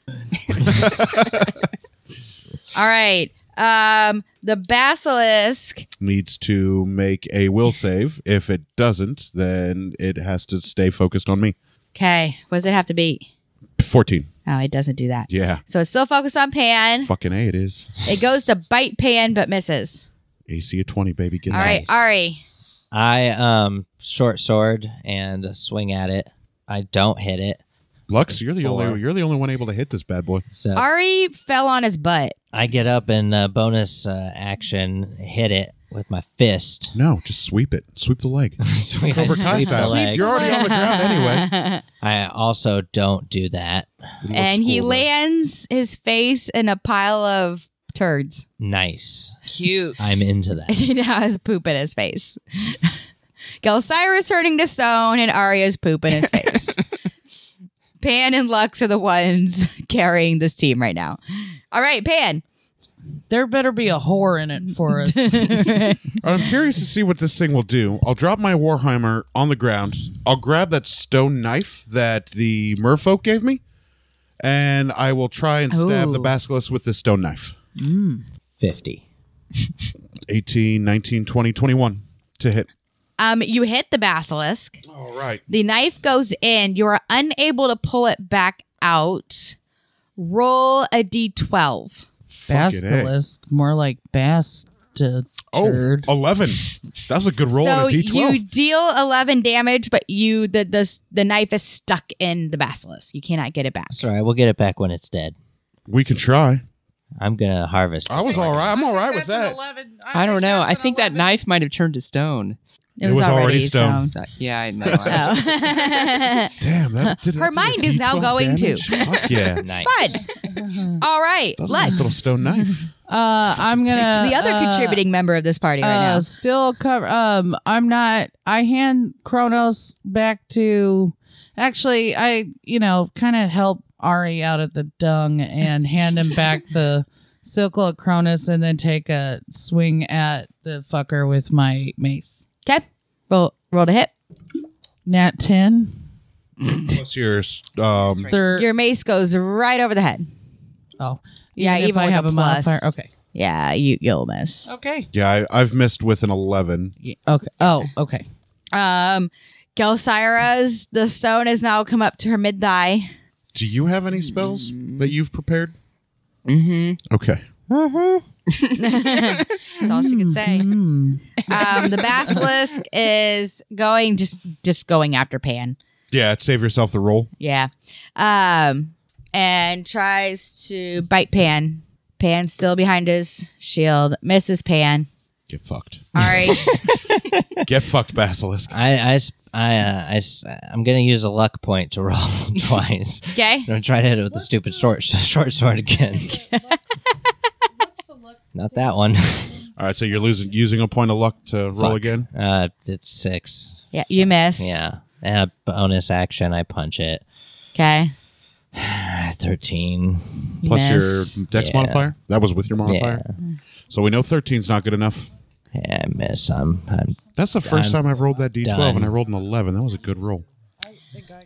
All right. Um, the basilisk.
needs to make a will save. If it doesn't, then it has to stay focused on me.
Okay. What does it have to be?
14.
Oh, it doesn't do that.
Yeah.
So it's still focused on Pan.
Fucking A, it is.
It goes to bite Pan, but misses.
AC of 20, baby. Get
All right,
some.
Ari.
I um short sword and swing at it. I don't hit it.
Lux, you're the
Four.
only you're the only one able to hit this bad boy.
So
Ari fell on his butt.
I get up and uh, bonus uh, action hit it with my fist.
No, just sweep it. Sweep the leg.
Sweet, I
Cobra Kai
sweep the
style.
leg.
You're already on the ground anyway.
I also don't do that.
It looks
and he
cool, though.
lands his face in a pile of turds.
Nice.
Cute.
I'm into that.
he now has poop in his face. Gelsira's turning to stone and Arya's poop in his face. Pan and Lux are the ones carrying this team right now. All right, Pan.
There better be a whore in it for us.
I'm curious to see what this thing will do. I'll drop my Warhammer on the ground. I'll grab that stone knife that the merfolk gave me, and I will try and stab
Ooh.
the basilisk with this stone knife.
50.
18, 19, 20, 21 to hit.
Um, you hit the basilisk.
All right.
The knife goes in. You are unable to pull it back out. Roll a d12.
Fucking A.
Basilisk, more like bastard.
Oh, 11. That's a good roll
so
on a d12.
you deal 11 damage, but you the, the the knife is stuck in the basilisk. You cannot get it back.
Sorry, we'll get it back when it's dead.
we can try.
I'm going to harvest.
I was all right. I'm all right with that.
I don't know. I think that knife might have turned to stone.
It was already stone.
Uh, Yeah, I know. I-
Oh.
Damn, that did
Her
that did a
mind is now
D12
going to.
damage? Fuck yeah. That's
Nice.
Mm-hmm.
Fun. All right,
a nice
Lex,
little stone knife.
Uh, I'm gonna
the other
uh,
contributing member of this party right
uh,
now.
still cover. Um, I'm not. I hand Kronos back to. Actually, I you know kind of help Ari out of the dung and hand him back the circle of Cronus, and then take a swing at the fucker with my mace.
Okay, roll roll to hit.
Nat ten.
Plus yours. Um,
Thir-
Your mace goes right over the head.
oh,
Yeah,
if
even
I
with
have
a
a modifier.
plus.
Okay.
Yeah, you you'll miss.
Okay.
yeah, I, I've missed with an 11.
Okay. Oh, okay.
Um, Gelsira's the stone has now come up to her mid thigh.
Do you have any spells that you've prepared? Mm-hmm. Okay.
That's all she can say.
Mm-hmm.
um, the basilisk is going just just going after Pan.
Yeah, save yourself the roll.
Yeah. Um, and tries to bite Pan. Pan still behind his shield. Misses Pan.
Get fucked.
All right.
Get fucked, Basilisk.
I, I, s- I, uh, I, s- I'm going to use a luck point to roll twice.
Okay.
I'm going to try to hit it with the stupid short, short sword again. Not that one.
All right, so you're losing using a point of luck to roll
Fuck.
again.
Uh, it's six.
Yeah, you miss.
Yeah. And a bonus action, I punch it.
Okay.
Ah, 13.
Plus
miss.
your dex
Yeah.
modifier. That was with your modifier. So we know 13's not good enough.
Yeah, I miss. I'm, I'm,
That's the 1st
Done.
time I've rolled that d12,
Done.
and I rolled an 11. That was a good roll.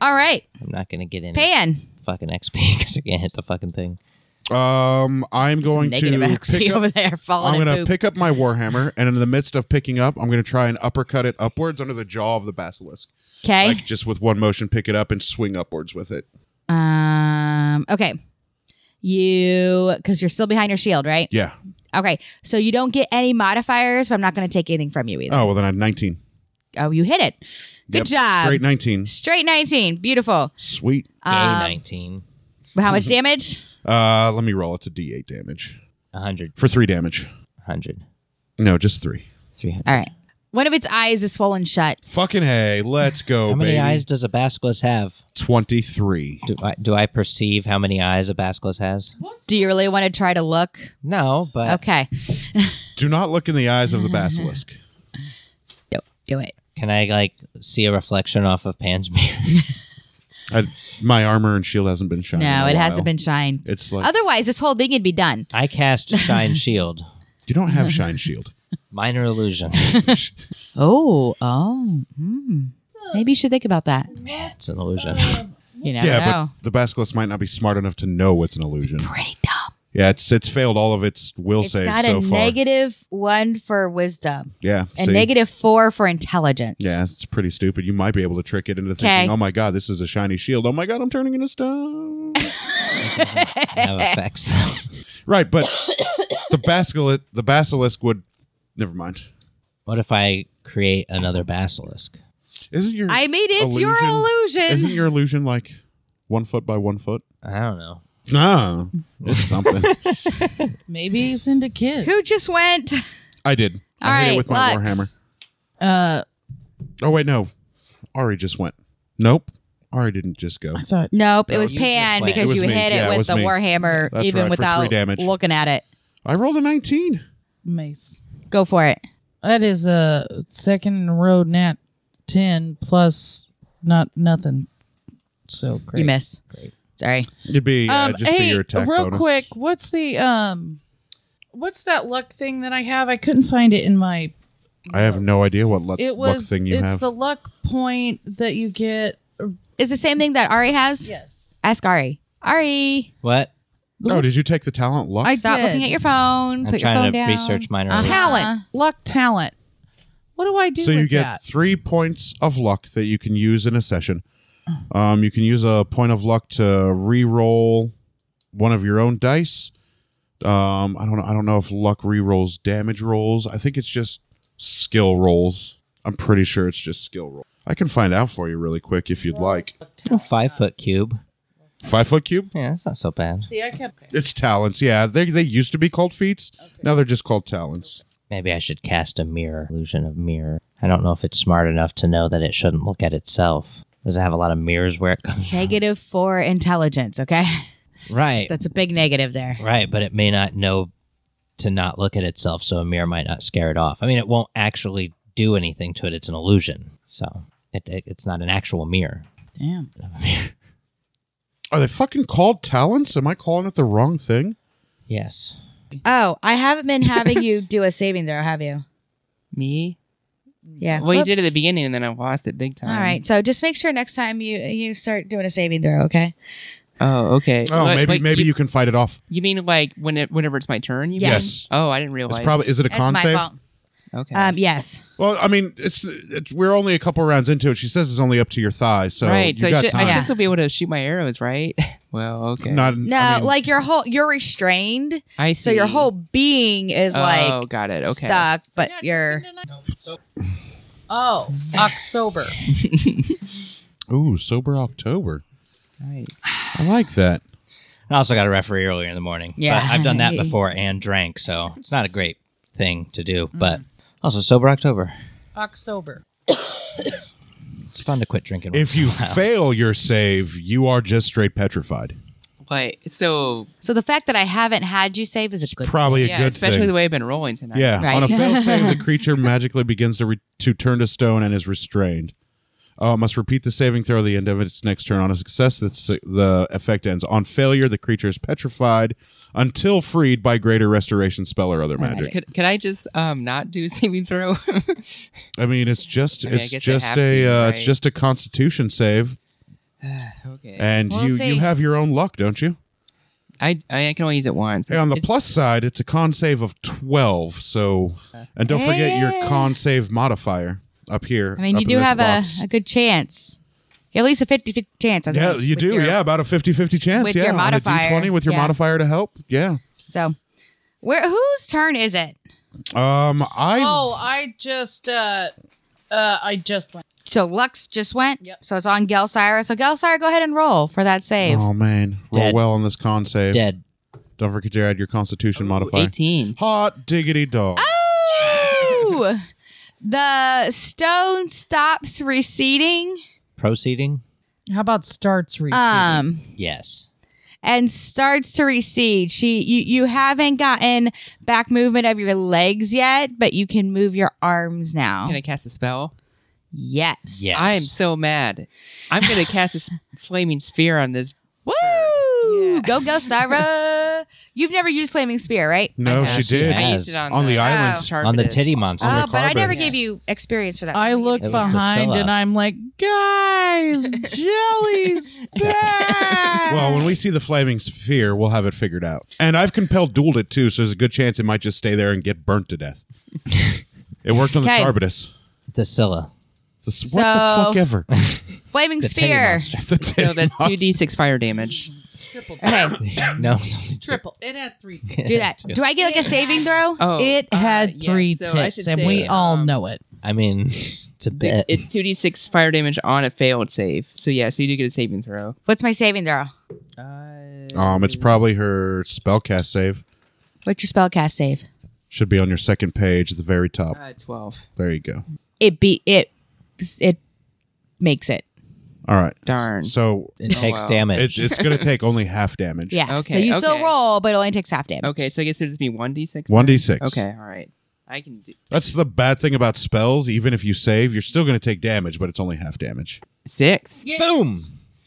All right.
I'm not going to get any
Pan.
fucking XP because I can't hit the fucking thing.
Um, I'm going
Negative
to
XP
pick up.
over there falling.
I'm
in
going to
poop.
pick up my warhammer, and in the midst of picking up, I'm going to try and uppercut it upwards under the jaw of the basilisk.
Okay.
Like just with one motion, pick it up and swing upwards with it.
um. Okay. You, because you're still behind your shield, right?
Yeah.
Okay. So you don't get any modifiers, but I'm not going to take anything from you either.
Oh well, then I had 19.
Oh, you hit it. Good
Yep.
job.
Straight 19.
Straight 19. Beautiful.
Sweet.
Gay 19.
How
Mm-hmm.
much damage?
Uh, let me roll. It's a d8 damage
100.
for three damage.
100.
No, just three.
300.
All right. One of its eyes is swollen shut.
Fucking hey, let's go,
How many
Oh, baby.
eyes does a basilisk have?
23.
Do I, do I perceive how many eyes a basilisk has?
Do you really want to try to look?
No, but
Okay.
Do not look in the eyes of the basilisk.
Do, do it.
can I like see a reflection off of Pan's mirror?
I, my armor and shield hasn't been shined.
No,
in a
it
while.
hasn't been shined.
It's like
Otherwise, this whole thing would be done.
I cast Shine Shield.
you don't have shine shield.
Minor illusion.
Oh, oh. Hmm. Maybe you should think about that.
it's an illusion.
You know.
Yeah, but the basilisk might not be smart enough to know it's an illusion.
pretty dumb.
Yeah, it's it's failed all of its will
It's
saves
got
so
a
far.
negative one for wisdom
yeah,
and
see?
negative four for intelligence.
Yeah, it's pretty stupid. You might be able to trick it into
Okay.
thinking, "Oh my god, this is a shiny shield. Oh my god, I'm turning into stone."
have effects though.
right, but the basilisk the basilisk would never mind.
What if I create another basilisk?
Isn't your
I mean, it's your
Illusion.
illusion.
isn't your illusion like one foot by one foot?
I don't know.
No, it's something.
Maybe he's into kids.
Who just went?
I did.
All
I hit
right,
it with my
Lux.
warhammer.
Uh,
Oh wait, no. Ari just went. Nope. Ari didn't just go.
I thought
Nope, it
No,
was
you just
Pan
went.
because
It was
you
me.
hit it
Yeah, it
with
was
the
me.
warhammer
That's
even
right, for three
without
damage.
looking at it.
I rolled a 19.
Mace.
Go for it.
That is a second road nat ten plus not nothing. So great. Um,
You miss. Sorry.
It'd be
Um,
uh, just be your attack
real
bonus.
quick, what's the um, what's that luck thing that I have? I couldn't find it in my.
I have no idea what luck,
It
luck
was.
thing you
it's
have. Oh,
the luck point that you get.
Is the same thing that Ari has?
Yes.
Ask Ari. Ari,
What?
oh, did you take the talent luck?
I
stop
did.
looking at your phone.
I'm
put your phone
trying to
down.
research mine
Uh-huh.
already.
talent. Luck talent. What do I do?
so you
with
get
that?
three points of luck that you can use in a session. Um, you can use a point of luck to re-roll one of your own dice. Um, I don't know. I don't know if luck re-rolls damage rolls. I think it's just skill rolls. I'm pretty sure it's just skill rolls. I can find out for you really quick if you'd like.
A five foot cube.
Five foot cube.
Yeah, that's not so bad.
See, I kept.
It's talents. Yeah, they they used to be called feats. Now they're just called talents.
Maybe I should cast a mirror illusion of mirror. I don't know if it's smart enough to know that it shouldn't look at itself. Does it have a lot of mirrors where it comes?
Negative for intelligence, okay?
Right,
That's a big negative there.
right, but it may not know to not look at itself, so a mirror might not scare it off. I mean, it won't actually do anything to it. It's an illusion, so it, it, it's not an actual mirror.
Damn.
Are they fucking called talents? Am I calling it the wrong thing?
Yes.
Oh, I haven't been having you do a saving throw, have you?
Me?
Yeah.
Well, you did at the
Whoops.
beginning, and then I lost it big time.
All right. So just make sure next time you you start doing a saving throw, okay?
Oh, okay.
Oh,
Like-
maybe
like
maybe
you,
you can fight it off.
you mean like when it, whenever it's my turn? You
Yeah.
mean?
Yes.
Oh, I didn't realize.
It's probably is it a
That's
con
my
save?
fault.
okay.
Um, yes.
Well, I mean, it's, it's we're only a couple rounds into it. She says it's only up to your thigh, so
right.
You
So I
got
should,
time.
I
Yeah.
should still be able to shoot my arrows, right? well, okay.
Not
No,
I mean,
like your whole you're restrained,
I
so your
see.
whole being is
oh,
like
got it. Okay.
stuck, but you're
Oh, October.
ooh, sober October.
Nice.
I like that.
I also got a referee earlier in the morning.
Yeah.
But I've done that before and drank, so it's not a great thing to do. But also, sober October.
October.
It's fun to quit drinking.
If you fail your save, you are just straight petrified.
Wait. So
so the fact that I haven't had you save is a good
Probably a
yeah,
good
especially
thing.
the way I've been rolling tonight.
yeah,
Right.
on a failed save, the creature magically begins to re- to turn to stone and is restrained. Uh, must repeat the saving throw at the end of its next turn. On a success, the, s- the effect ends. On failure, the creature is petrified until freed by greater restoration spell or other magic.
Could, could I just um not do saving throw?
I mean, it's just
I mean, I
it's
guess I
just a
have to,
uh,
right?
it's just a Constitution save,
okay.
and
We'll
you
see.
you have your own luck, don't you?
I, I can only use it once.
And on the
It's-
plus side, it's a con save of twelve. So, and don't forget your con save modifier up here.
I mean,
up
you
in
do
this
have a,
box.
a good chance. At least a 50 50 chance. I
yeah,
think,
you
with
do.
your-
yeah, about a 50-50 chance.
with
yeah,
your
on a
modifier.
D20 with your
Yeah.
modifier to help. Yeah.
So, where whose turn is it?
Um, I
Oh, I just uh uh I just went.
So Lux just went.
Yep.
So it's on Gelsira. So Gelsira, go ahead and roll for that save.
oh man, roll
Dead.
well on this con save.
dead.
Don't forget to add your Constitution modifier.
18.
Hot diggity dog.
Oh,
Oh.
Ooh. the stone stops receding.
Proceeding?
How about starts receding?
Um.
Yes.
and starts to recede. She you you haven't gotten back movement of your legs yet, but you can move your arms now.
Can I cast a spell?
yes.
Yes.
I am so mad. I'm going to cast a s- flaming sphere on this.
Woo!
Yeah.
Go go Sarah. You've never used flaming spear, right?
No,
I
she
have.
did.
I
has.
used it on,
On the islands.
Charpenters.
On the titty monster.
On the
Oh, but I
carbons.
never gave you experience for that. so
I
we
looked
need
It
to-
was the
behind
Scylla.
and I'm like, guys, jelly's back.
Well, when we see the flaming sphere, we'll have it figured out. And I've compelled dueled it too, so there's a good chance it might just stay there and get burnt to death. it worked on the
Okay.
Charbitus.
The Scylla.
The s- what the fuck
So-
ever?
flaming
The titty
spear.
monster.
The
So
titty
that's
monster.
2d6 fire damage.
Okay,
no. it's only two.
Triple. It had three
do that. Do I get like a saving throw?
Oh,
It
uh,
had
yeah,
three
so I
tits,
should
and
say,
we all
um,
know it.
I mean, it's a bit.
It's 2d6 fire damage on a failed save. So yeah, so you do get a saving throw.
What's my saving throw?
Um, it's probably her spellcast save.
What's your spell cast save?
Should be on your second page at the very top.
Uh, 12.
There you go.
It be it it makes it.
All right.
Darn.
So
it takes
wow.
damage.
it, it's going to take only half damage.
Yeah. so
Okay,
you still
okay.
roll, but it only takes half damage.
okay, so I guess it'll just be 1d6. then?
1d6.
Okay, all right. I can do
That's the bad thing about spells. Even if you save, you're still going to take damage, but it's only half damage.
six.
Boom!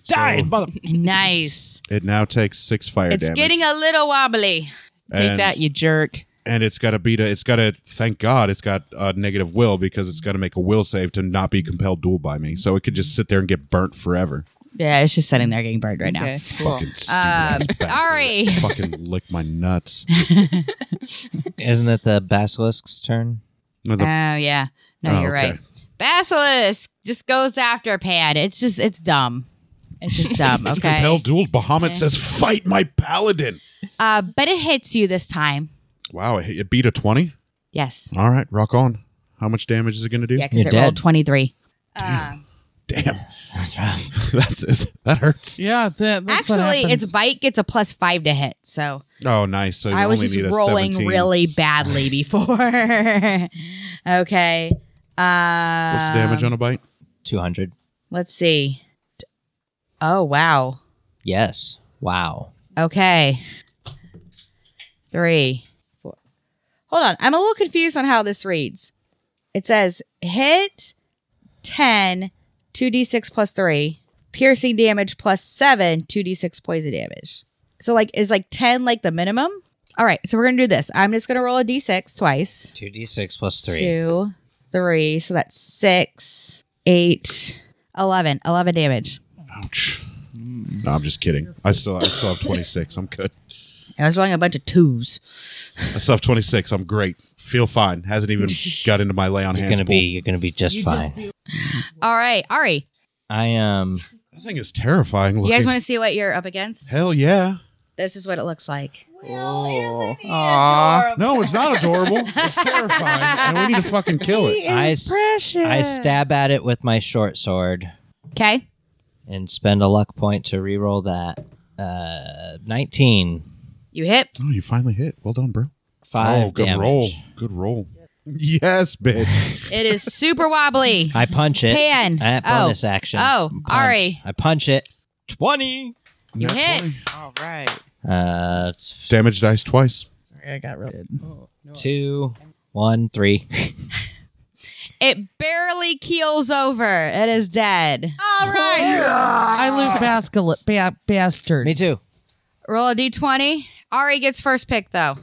Died, mother.
Nice.
It now takes six fire
It's
damage.
getting a little wobbly.
Take
and,
that, you jerk.
And it's got to beat a. It's got to. Thank God, it's got a negative will because it's got to make a will save to not be compelled duel by me. So it could just sit there and get burnt forever.
Yeah, it's just sitting there getting burned right now.
Okay, cool.
Fucking stupid ass bastard.
Ari.
Fucking lick my nuts.
Isn't it the basilisk's turn?
No,
Oh
the-
yeah. No,
Oh,
you're
okay.
right. Basilisk just goes after Pan. It's just it's dumb. It's just dumb.
it's
okay.
compelled duel. Bahamut says, "Fight my paladin."
Uh, but it hits you this time.
Wow, it it beat a twenty.
Yes.
All right, rock on. How much damage is it going to do?
Yeah, because
You're
it rolled
dead.
twenty three.
Damn, that's that hurts.
Yeah, that, that's what
Actually,
happens.
its bite gets a plus five to hit. So
Oh, nice. So you
I was
only
just
need a
rolling
17.
really badly before. okay. Uh,
What's the damage on a bite?
Two hundred.
let's see. D- Oh wow.
Yes. Wow.
Okay. Three, four. Hold on. I'm a little confused on how this reads. It says hit 10, 2d6 plus 3, piercing damage plus 7, 2d6 poison damage. So, like, is like 10 like the minimum? All right. So, we're going to do this. I'm just going to roll a d6 twice.
Two d six plus three.
Two, three. So that's six, eight, 11. 11 damage.
Ouch.
Mm.
No, I'm just kidding. I still, I still have 26. I'm good.
I was rolling a bunch of twos.
I still have 26. I'm great. Feel fine. Hasn't even got into my lay on
You're
hands.
gonna
pool.
be. You're gonna be just fine.
All right. Ari,
I um.
That thing is terrifying. Looking.
you guys want to see what you're up against?
Hell yeah.
This is what it looks like.
Oh, Aw.
No, it's not adorable. It's terrifying, and we need to fucking kill it.
I s- I stab at it with my short sword
Okay.
and spend a luck point to reroll that. Uh, nineteen.
You hit.
Oh, you finally hit. Well done, bro.
Five
oh, good
damage.
roll. Good roll. Yes, bitch.
It is super wobbly.
I punch it.
Pan.
I have
Oh.
bonus action.
Oh,
Punch.
Ari.
I punch it. Twenty.
You
Nat
hit.
20.
All right.
Uh,
Damage dice twice.
I got real good.
two, one, three.
It barely keels over. It is dead.
All right. I
Ah.
loot basket ba- bastard.
Me too.
Roll a d20. Ari gets first pick though.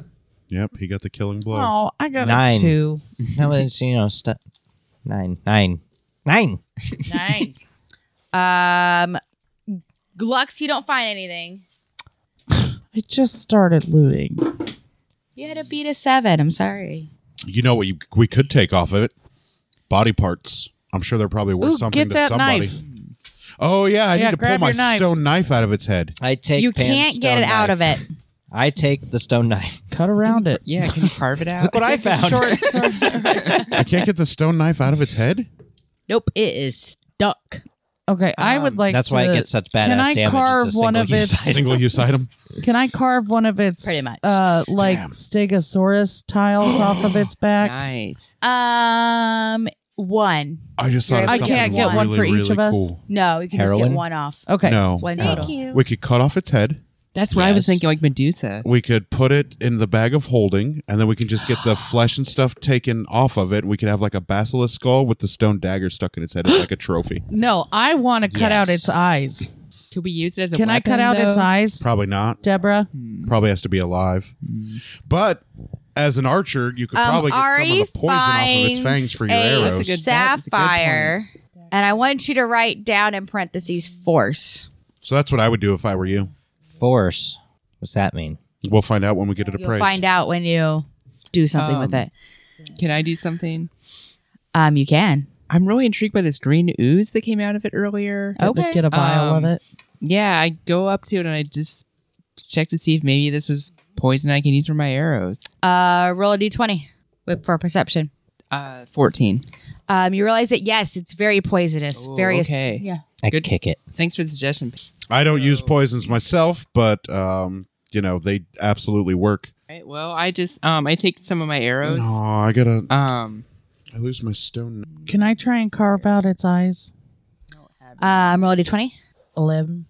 Yep, he got the killing blow.
Oh, I got a
Nine.
two.
No, it's you know stu- nine, nine, nine.
Nine. um, Glux, you don't find anything.
I just started looting.
You had a beat a seven. I'm sorry.
You know what? You, we could take off of it. Body parts. I'm sure they're probably worth
Ooh,
something
get
to
that
somebody.
knife.
Oh yeah, I
Yeah,
need to pull
grab
my
your knife.
stone knife out of its head.
I take.
you
Pan's
can't get
stone
it out
knife.
of it.
I take the stone knife.
Cut around it.
Yeah, can you carve it out?
What I found.
Short sword.
I can't get the stone knife out of its head.
Nope. It is stuck.
Okay, I
Um,
would like.
That's why
to-
it gets such badass
can I
damage.
carve
it's a
one of
single-use
its-
item.
Single use item.
Can I carve one of its
Pretty much.
uh like Stegosaurus tiles off of its back?
Nice.
Um, one.
I just thought of
I
something
can't get
one
really,
for each
really
of us.
Cool.
No, you can just
Heroin?
get one off.
Okay.
No,
One
no.
total.
We could cut off its head.
That's what I was
Yes.
thinking, like Medusa.
We could put it in the bag of holding, and then we can just get the flesh and stuff taken off of it. We could have like a basilisk skull with the stone dagger stuck in its head, as like a trophy.
No, I want to cut out
Yes.
its eyes.
Could we use it as a
Can I cut
weapon,
out its
though?
eyes,
Probably not.
Deborah?
Probably has to be alive. But as an archer, you could
Um,
probably get some
Ari
of the poison off of its
finds
fangs for your
a
arrows.
That's a good- that's a good
sapphire, and I want you to write down in parentheses force.
so that's what I would do if I were you.
Force. What's that mean?
We'll find out when we get it
You'll
appraised.
find out when you do something
Um,
with it.
Can I do something?
Um, you can.
I'm really intrigued by this green ooze that came out of it earlier.
Oh. Okay.
Let's Get a vial
Um,
of it.
Yeah, I go up to it and I just check to see if maybe this is poison I can use for my arrows.
Uh, roll a d20 with for perception.
Uh, 14.
Um, you realize that yes, it's very poisonous.
Ooh,
very
okay.
yeah.
I
Good.
kick it.
Thanks for the suggestion.
I don't use poisons myself, but um, you know they absolutely work.
All right, well, I just um I take some of my arrows.
No, I gotta.
Um,
I lose my stone.
Can I try and carve out its eyes?
Um, roll a d20.
Eleven.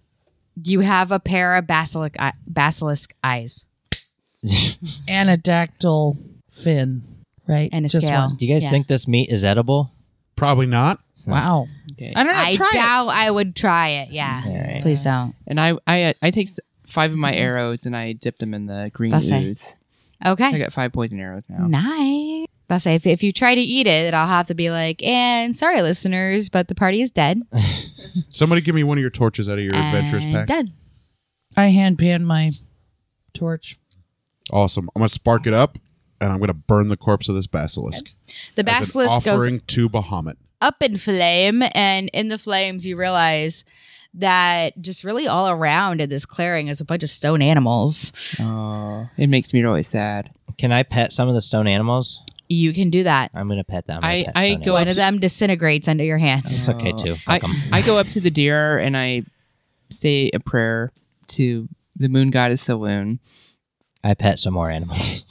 You have a pair of basilisk eye- basilisk eyes
And a dactyl fin, right?
and a
Just
scale.
one.
Do you guys
Yeah.
think this meat is edible?
Probably not.
Wow.
okay.
I don't know.
I
try it.
doubt I would try it. Yeah,
All right.
please don't.
and I I uh, I take s- five of my arrows and I dip them in the green
That's it.
ooze.
Okay.
So I got five poison arrows now.
Nice. But I say if, if you try to eat it, I'll have to be like, and sorry, listeners, but the party is dead.
Somebody give me one of your torches out of your adventurous
and
pack.
Dead.
I hand pan my torch.
Awesome. I'm gonna spark it up, and I'm gonna burn the corpse of this basilisk.
The
As an
basilisk goes
offering to Bahamut.
up in flame, and in the flames, you realize that just really all around in this clearing is a bunch of stone animals.
Oh, it makes me really sad.
Can I pet some of the stone animals?
You can do that.
I'm gonna pet them. I'm
I-
gonna pet
I
stone
go
animals.
One of them disintegrates under your hands.
It's okay
Oh.
too. Fuck
I
'em.
I go up to the deer and I say a prayer to the moon goddess Saloon.
I pet some more animals.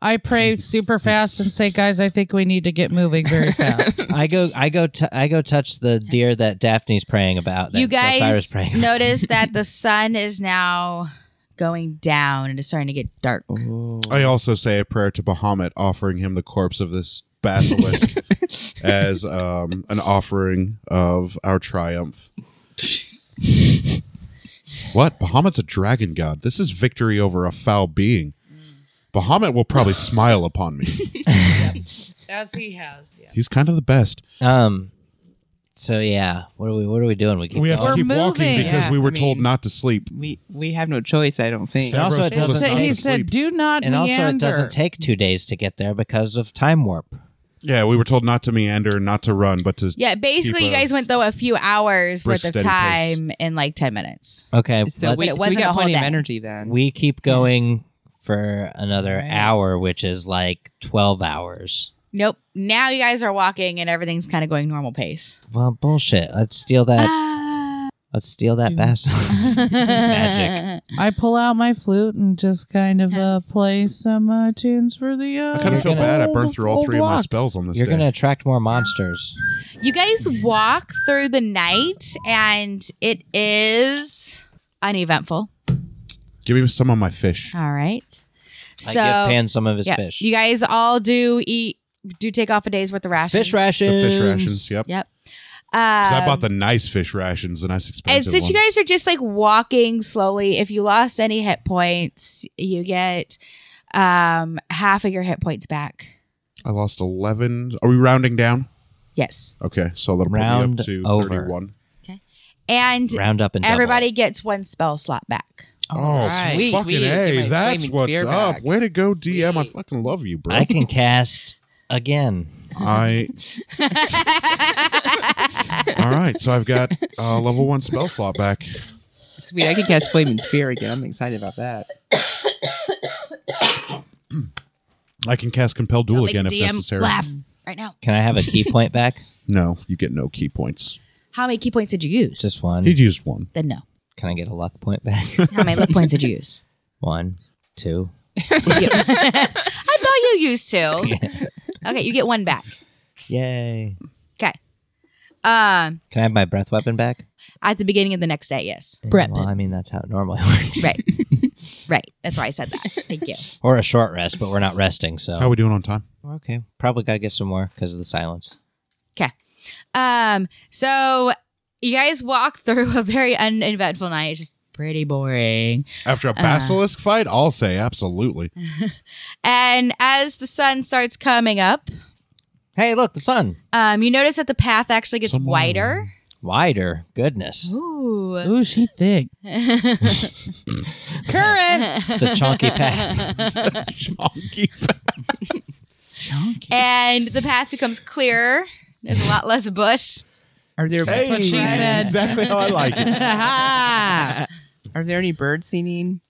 I pray super fast and say, guys, I think we need to get moving very fast.
I go. I go. T- I go touch the deer that Daphne's praying about. That
you
Osiris
guys
praying. about.
notice that the sun is now going down and it's starting to get dark.
Oh.
I also say a prayer to Bahamut, offering him the corpse of this basilisk as um, an offering of our triumph. what? Bahamut's a dragon god. This is victory over a foul being. Bahamut will probably smile upon me.
As he has. Yeah.
He's kind of the best.
Um. So yeah, what are we? What are we doing? We keep
We have
going?
to
We're
keep walking
moving.
because
Yeah,
we were
I
told
mean-
not to sleep.
We we have no choice, I don't think.
And also it
Pharaoh
doesn't
told us
he
not to
said,
sleep.
do not
and also it
meander."
doesn't take two days to get there because of time warp.
Yeah, we were told not to meander, not to run, but to
Yeah, basically,
Keep
you
a
guys went though a few hours
brisk,
worth of
steady pace.
time in like 10 minutes.
Okay,
So
let's-
we, so
But it
we
wasn't a
got
whole
plenty of
day.
energy then.
we keep going for another
Right.
hour, which is like twelve hours.
Nope. Now you guys are walking and everything's kind of going normal pace.
Well, bullshit. Let's steal that. Let's steal that basilisk. Magic.
I pull out my flute and just kind of uh, play some uh, tunes for the. Uh,
I kind of feel
gonna-
bad. I
old-
burned through all
old
three of my
rock.
spells on this
You're
day.
gonna attract more monsters.
You guys walk through the night and it is uneventful.
Give me some of my fish.
All right. So,
I give Pan some of his
yeah,
fish.
you guys all do eat, do take off a day's worth of rations.
fish rations.
The fish rations. Yep.
Yep.
'Cause I
Um,
bought the nice fish rations, the nice
and
expensive
since you
ones.
guys are just like walking slowly, if you lost any hit points, you get um half of your hit points back.
I lost eleven. Are we rounding down?
Yes.
Okay, so that'll
Round
put me up to
over.
thirty-one.
And
Round up and double.
everybody gets one spell slot back.
Oh,
right.
sweet.
Sweet.
fucking
Sweet. Get
hey,
my
that's
flaming
what's
spear
up.
back.
Way to go, DM. I fucking love you, bro.
I can cast again.
I. All right, so I've got uh, level one spell slot back.
Sweet, I could cast Flaming Spear again. I'm excited about that.
I can cast compel duel
Make
again
the
if
DM
necessary.
laugh right now.
Can I have a key point back?
No, you get no key points.
How many key points did you use?
Just one.
He'd use one.
then no.
Can I get a luck point back?
How many luck points did you use?
one, two.
I thought you used two. okay, you get one back.
Yay.
Okay. Um,
Can I have my breath weapon back?
at the beginning of the next day, yes.
Breath. Well, I mean that's how it normally works.
Right. right. That's why I said that. Thank you.
Or a short rest, but we're not resting, so
How are we doing on time?
We're okay. Probably gotta get some more because of the silence.
Okay. Um, so you guys walk through a very uneventful night. It's just pretty boring.
After a basilisk fight, I'll say absolutely.
And as the sun starts coming up,
Hey, look, the sun.
um, you notice that the path actually gets
Someone-
wider.
Wider. Goodness.
Ooh.
Ooh, she thick. Current.
It's a chunky path.
Chonky.
And the path becomes clearer. There's a lot less bush.
Are there
Hey,
she said.
Exactly how I like it.
are there any birds singing?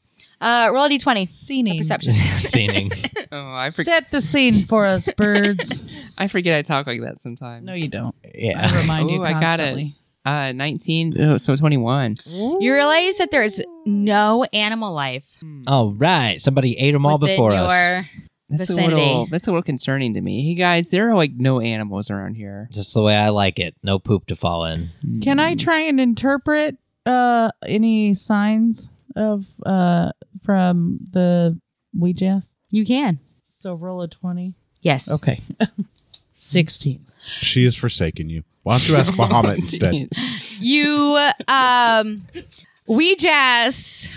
Uh, roll a d20.
Scening.
Perception.
Scening.
Oh, I for-
Set the scene for us, birds.
I forget I talk like that sometimes.
no, you don't. I
Yeah.
remind you
Ooh, I got it.
constantly.
Uh, nineteen. Oh, so twenty-one.
You realize that there is no animal life.
All right. Somebody ate them all
within
before us.
your-
That's a
Vicinity.
little. That's a little concerning to me. Hey guys, there are like no animals around here.
Just the way I like it. No poop to fall in.
Can I try and interpret uh, any signs of uh, from the we jazz?
You can.
So roll a twenty.
Yes.
Okay. Sixteen.
She has forsaken you. Why don't you ask Bahamut instead?
You, um, we just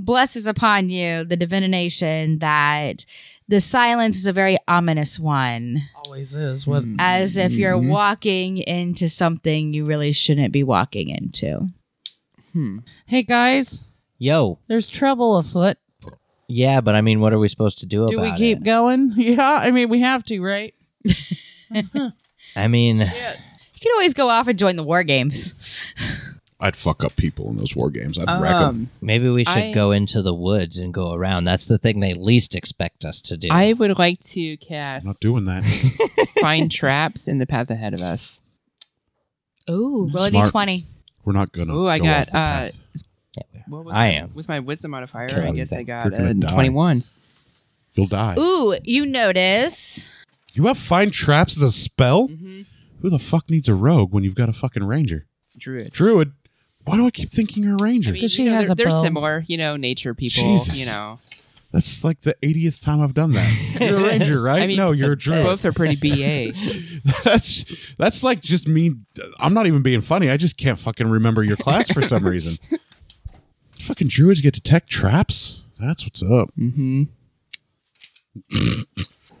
blesses upon you the divination that the silence is a very ominous one,
Always is what.
as if you're walking into something you really shouldn't be walking into.
Hey guys,
Yo.
there's trouble afoot.
Yeah, but I mean, what are we supposed to do,
Do we
about
keep
it?
going? Yeah, I mean we have to, right?
I mean,
You can always go off and join the war games.
I'd fuck up people in those war games.
Oh,
I'd wreck 'em. them.
Um,
maybe we should
I-
go into the woods and go around. That's the thing they least expect us to do.
I would like to
I'm not
cast
doing that.
find traps in the path ahead of us.
Ooh, roll a
Smart.
d20.
We're not gonna.
Ooh, I
go
got,
off the
uh,
path.
What was
I
my-
am.
with my wisdom modifier. I
Carry
guess I
that.
got
You're gonna
uh,
die.
twenty-one.
You'll die.
Ooh, you notice
You have find traps as a spell.
Mm-hmm.
Who the fuck needs a rogue when you've got a fucking ranger?
Druid.
Druid. Why do I keep thinking you're a ranger?
I mean,
'Cause she
you know,
has
they're,
a
they're
bow.
similar, you know, nature people.
Jesus.
You know,
That's like the 80th time I've done that. You're a ranger, right?
I mean,
no, you're a druid.
both are pretty ba.
that's that's like just me. I'm not even being funny. I just can't fucking remember your class for some reason. fucking druids get to tech traps. That's what's up.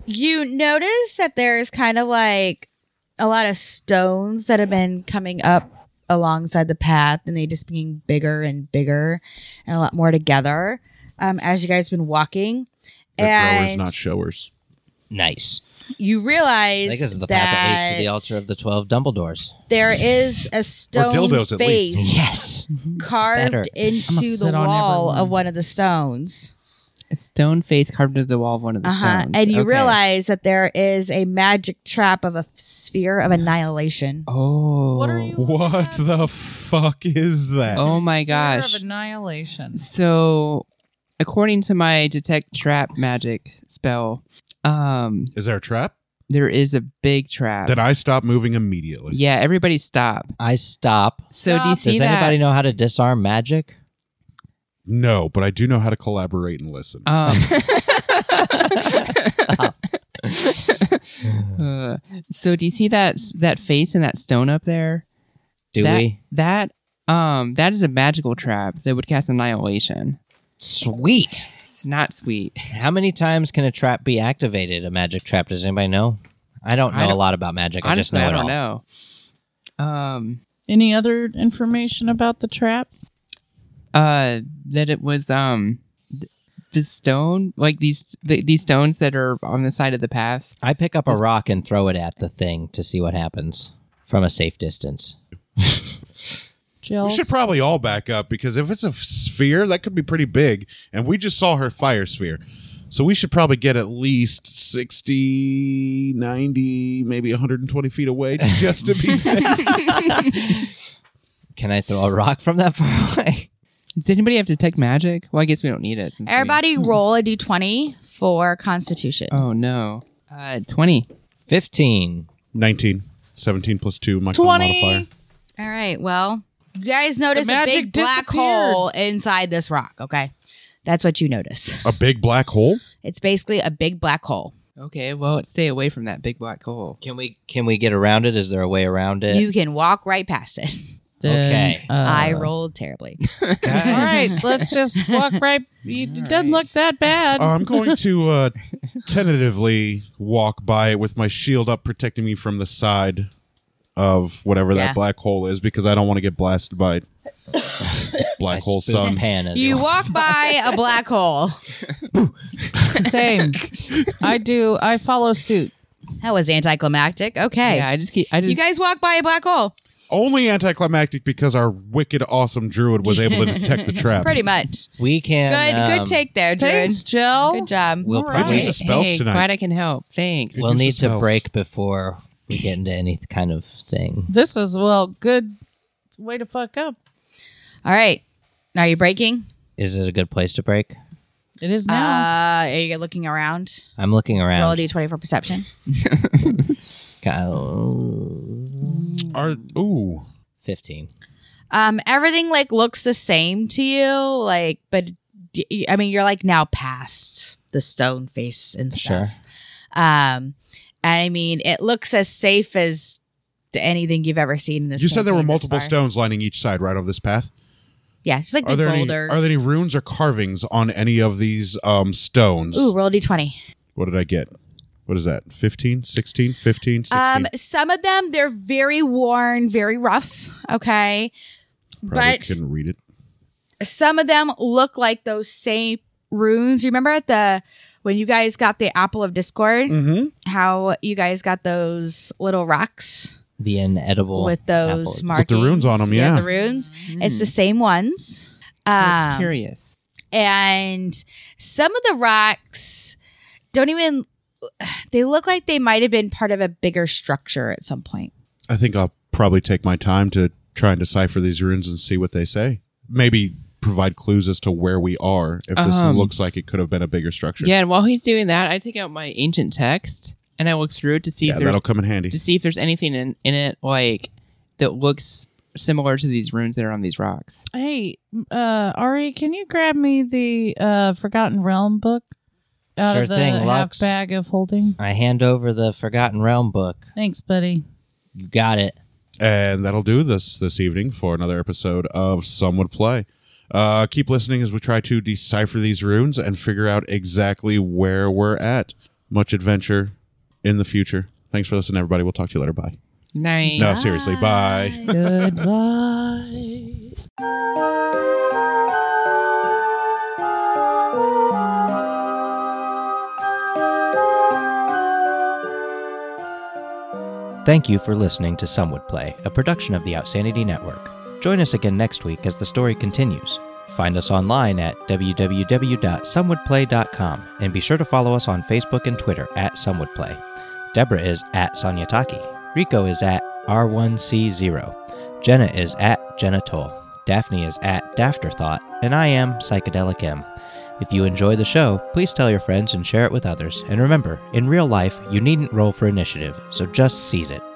you notice that there's kind of like a lot of stones that have been coming up alongside the path and they just being bigger and bigger and a lot more together um, as you guys been walking
They're growers,
and
not showers.
nice.
you
I
realize
think this is the
that
path that leads to the altar of the 12 Dumbledores.
there is a stone
dildos at least.
face
Yes.
carved
Better.
I'ma
into the
sit on every
wall
one.
of one of the stones
A stone face carved into the wall of one of the
Uh-huh.
stones.
and you
Okay.
realize that there is a magic trap of a f- sphere of annihilation
Oh.
What are you?
What the fuck is that?
Oh
Sphere
my
of
gosh.
annihilation.
So, according to my detect trap magic spell, um,
Is there a trap?
there is a big trap.
Then I stop moving immediately.
yeah, everybody stop.
I stop.
So do you
Stop.
see
Does
that?
anybody know how to disarm magic?
No, but I do know how to collaborate and listen.
Um, Uh, so do you see that that face and that stone up there?
Do
that,
we?
That um that is a magical trap that would cast annihilation.
Sweet.
It's not sweet.
How many times can a trap be activated? A magic trap? Does anybody know? I don't know
I
a
don't-
lot about magic. I just
Honestly,
know
I
it
don't
all.
know. Um
Any other information about the trap?
uh that it was um th- the stone like these th- these stones that are on the side of the path.
I pick up a rock and throw it at the thing to see what happens from a safe distance.
Jill.
We should probably all back up because if it's a f- sphere, that could be pretty big. And we just saw her fire sphere. So we should probably get at least 60, 90, maybe 120 feet away just to be safe.
Can I throw a rock from that far away?
Does anybody have to detect magic? Well, I guess we don't need it. Since we-
Everybody roll a d20 for constitution.
oh no. Uh, twenty.
15.
19, 17 plus 2, my con
20.
modifier.
All right. Well, you guys notice a
magic
big black
disappeared.
hole inside this rock, okay? That's what you notice.
A big black hole?
It's basically a big black hole.
Okay, well, stay away from that big black hole.
Can we can we get around it? Is there a way around it?
You can walk right past it.
Then,
Okay.
uh,
I rolled terribly.
All right, let's just walk right. It doesn't look that bad.
I'm going to uh, tentatively walk by it with my shield up, protecting me from the side of whatever
Yeah.
that black hole is because I don't want to get blasted by
I
black hole
spoon
sun.
pan as
You walk by a black hole.
Same. I do. I follow suit.
That was anticlimactic. Okay.
Yeah, I just keep. I just.
you guys walk by a black hole.
only anticlimactic because our wicked awesome druid was able to detect the trap.
Pretty much.
We can.
Good,
um,
good take there, Druid.
Thanks, Oh. Jill.
Good job.
We'll
All
Good
right.
use of spells
hey,
tonight.
glad I can help. Thanks.
We'll
Use the
need to
spells.
break before we get into any kind of thing.
This is well good way to fuck up.
All right. Now are you breaking?
Is it a good place to break?
It is now.
Uh, are you looking around?
I'm looking
Roll a
around.
d20 for perception.
oh,
Are, ooh.
Fifteen.
Um, everything like looks the same to you, like, but y- I mean, you're like now past the stone face and
Sure.
stuff. Um, and I mean, it looks as safe as th- anything you've ever seen in this.
You said there were
campaign thus
multiple
far.
stones lining each side, right, of this path.
Yeah, just like
Are
big
there any?
boulders.
Are there any runes or carvings on any of these um, stones?
Ooh, roll a d20.
What did I get? What is that? 15, 16, 15, 16?
Um, some of them they're very worn, very rough. Okay,
Probably
but
couldn't read it.
some of them look like those same runes. Remember at the when you guys got the apple of discord,
Mm-hmm.
how you guys got those little rocks
The inedible
with those
apple.
markings
With the Mm. runes on 'em, yeah.
the runes.
Mm-hmm.
It's the same ones.
I'm
Um,
curious.
and some of the rocks don't even. They look like they might have been part of a bigger structure at some point.
I think I'll probably take my time to try and decipher these runes and see what they say. Maybe provide clues as to where we are if this
Um,
looks like it could have been a bigger structure.
Yeah, and while he's doing that, I take out my ancient text and I look through it to see
Yeah,
if there's
that'll come in handy.
to see if there's anything in, in it like that looks similar to these runes that are on these rocks.
Hey, uh, Ari, can you grab me the uh, Forgotten Realm book out
Sure
of the
thing,
half
Lux.
bag of holding?
I hand over the Forgotten Realm book.
Thanks, buddy.
You got it.
And that'll do this this evening for another episode of Some Would Play. Uh, keep listening as we try to decipher these runes and figure out exactly where we're at. Much adventure in the future. Thanks for listening, everybody. We'll talk to you later. Bye.
Nice.
No, seriously. Bye.
Goodbye.
Thank you for listening to Some Would Play, a production of the Outsanity Network. Join us again next week as the story continues. Find us online at www.somewouldplay.com and be sure to follow us on Facebook and Twitter at Some Would Play. Deborah is at Sanyataki. Rico is at R1C0. Jenna is at Jenna Toll. Daphne is at Dafterthought. And I am Psychedelic M. If you enjoy the show, please tell your friends and share it with others. And remember, in real life, you needn't roll for initiative, so just seize it.